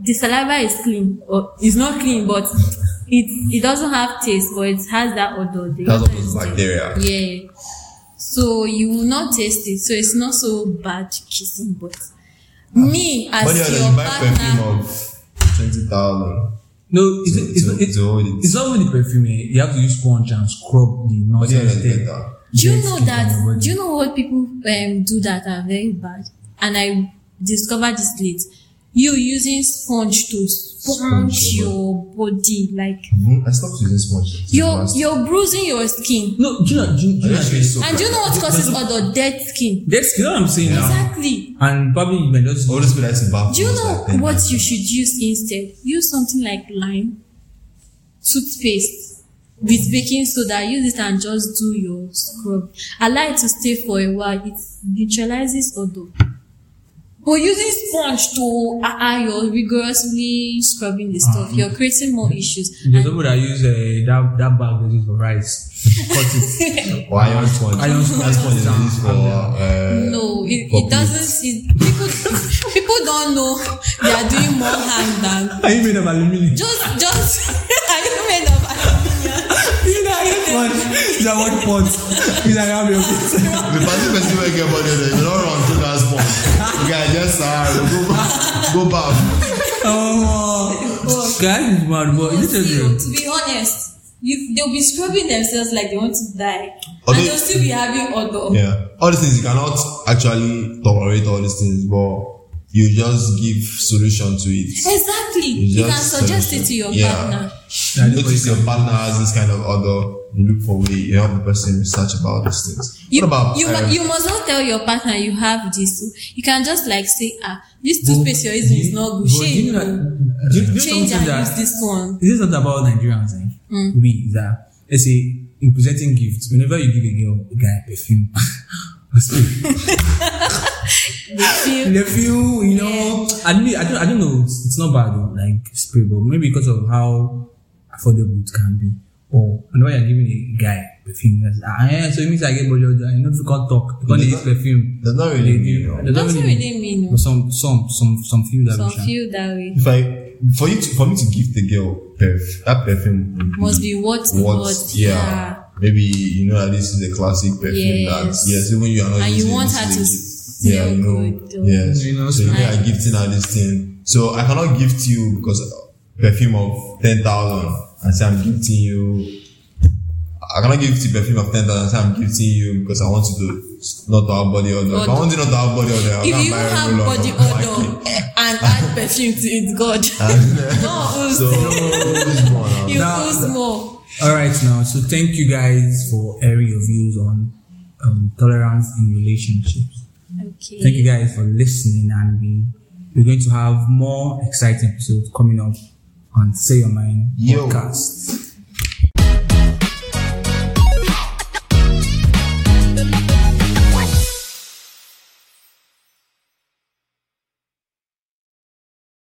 Speaker 3: The saliva is clean, or it's not clean, but it it doesn't have taste, but it has that odor. The
Speaker 2: That's all
Speaker 3: odor
Speaker 2: those
Speaker 3: is there.
Speaker 2: bacteria.
Speaker 3: Yeah. So you will not taste it, so it's not so bad kissing. But me as
Speaker 2: Body order,
Speaker 3: your
Speaker 2: you buy perfume
Speaker 3: partner,
Speaker 2: of 20,000.
Speaker 1: No, it's, it's,
Speaker 2: To-
Speaker 1: it's,
Speaker 2: to- to hold it.
Speaker 1: it's not only the perfume. eh. You have to use sponge and scrub the
Speaker 2: Body order
Speaker 1: nonsense
Speaker 2: is
Speaker 1: thing.
Speaker 2: better.
Speaker 3: do you
Speaker 1: Yes,
Speaker 3: know
Speaker 1: keep on your
Speaker 3: that?
Speaker 1: body.
Speaker 3: Do you know what people um, do that are very bad? And I discovered this late. You using sponge to sponge
Speaker 2: Sponge your
Speaker 3: your body like
Speaker 2: Mm, I stopped using sponge.
Speaker 3: You're you're bruising your skin.
Speaker 1: No, do you know? Do you, do you know?
Speaker 2: Unless you use soap.
Speaker 3: And do you know what causes odor? Dead skin.
Speaker 1: That's you know what I'm saying now.
Speaker 3: Exactly.
Speaker 1: And probably you may not.
Speaker 2: All those people that used to bath.
Speaker 3: Do you
Speaker 2: was
Speaker 3: know
Speaker 2: like ten
Speaker 3: what
Speaker 2: years
Speaker 3: you
Speaker 2: ago.
Speaker 3: should use instead? Use something like lime, toothpaste with baking soda. Use it and just do your scrub. Allow it to stay for a while. It neutralizes odor. But using sponge to ah uh, you're rigorously scrubbing the stuff. You're creating more issues.
Speaker 1: There's people that use uh, that that bag they use for rice. Cut it.
Speaker 2: Or iron sponge.
Speaker 1: Iron sponge.
Speaker 2: Iron sponge is
Speaker 1: I'm-
Speaker 2: used for.
Speaker 1: I'm down.
Speaker 2: Uh,
Speaker 3: No, it,
Speaker 2: for
Speaker 3: it doesn't. It, people people don't know they are doing more harm than
Speaker 1: Are you made of aluminum?
Speaker 3: just just. Are you made of
Speaker 1: What?
Speaker 3: aluminium?
Speaker 1: Is that what pot? Is that how we are-
Speaker 2: The party person wey get body odor, you no run through that sponge. You gats just ah, go go baff.
Speaker 1: Oh, guys, is mad, but is it real?
Speaker 3: to be honest, you, they'll be scrubbing themselves like they want to die,
Speaker 2: Although-
Speaker 3: and they'll still be having odor.
Speaker 2: Yeah. All these things you cannot actually tolerate all these things, but you just give solution to it.
Speaker 3: Exactly.
Speaker 2: It's
Speaker 3: You, can
Speaker 2: just
Speaker 3: suggest
Speaker 2: solution.
Speaker 3: it to your
Speaker 2: Yeah.
Speaker 3: partner.
Speaker 1: Yeah,
Speaker 2: You notice your partner has this kind of odor, you look for way, you help the person research about these things.
Speaker 3: You,
Speaker 2: what about
Speaker 3: you, mu-
Speaker 2: um,
Speaker 3: you must not tell your partner you have this. oh. You can just like say, ah, this toothpaste you're using is not good.
Speaker 1: But do
Speaker 3: Shey,
Speaker 1: you
Speaker 3: you
Speaker 1: know
Speaker 3: know,
Speaker 1: that- do you- do you know
Speaker 3: change
Speaker 1: something
Speaker 3: and
Speaker 1: that-
Speaker 3: use this one. Mm.
Speaker 1: This is not about Nigerians. Eh? We is that let's say in presenting gifts, whenever you give a girl a guy perfume, or spray,
Speaker 3: They feel-
Speaker 1: they feel you know. I mean, I don't, I don't know. It's, it's not bad though, like spray, but maybe because of how affordable it can be, or whenever you're giving a guy perfume, that's, ah, eh, so it means I get body odor. You know, if you can't talk, you can't
Speaker 2: Does
Speaker 1: use
Speaker 2: that-
Speaker 1: perfume.
Speaker 2: does that really mean, you know?
Speaker 1: Does that
Speaker 3: Doesn't really mean, no.
Speaker 1: But uh, some, some, some, some few that
Speaker 3: Some
Speaker 1: we shall-
Speaker 3: feel that way.
Speaker 2: if I for you to, for me to give the girl perf that perfume would be
Speaker 3: Must be what the
Speaker 2: what
Speaker 3: words,
Speaker 2: yeah.
Speaker 3: yeah.
Speaker 2: Maybe you know that this is a classic perfume
Speaker 3: Yes.
Speaker 2: that yes, even you are not
Speaker 3: And you
Speaker 2: using
Speaker 3: want
Speaker 2: this
Speaker 3: her
Speaker 2: is a
Speaker 3: to
Speaker 2: gift. yeah,
Speaker 3: feel
Speaker 2: you know.
Speaker 3: good, though.
Speaker 2: Yes.
Speaker 1: You know,
Speaker 2: so you
Speaker 1: smell.
Speaker 2: are gifting her this thing. So I cannot gift you because perfume of ten thousand and say I'm gifting you I cannot give you perfume of ten thousand and say I'm gifting you because I want you to not to have body odor. If I
Speaker 3: Odor.
Speaker 2: want you not to have body odor, I
Speaker 3: If
Speaker 2: can't
Speaker 3: you
Speaker 2: buy a
Speaker 3: have
Speaker 2: roll-on
Speaker 3: body
Speaker 2: of my
Speaker 3: odor and add perfume to it, God. no,
Speaker 2: So, which one? now?
Speaker 3: you
Speaker 1: Now-
Speaker 3: lose more.
Speaker 1: All right, now. So thank you guys for airing your views on um, tolerance in relationships.
Speaker 3: Okay.
Speaker 1: Thank you guys for listening, and we we're going to have more exciting episodes coming up on Say Your Mind
Speaker 2: Yo.
Speaker 1: podcast.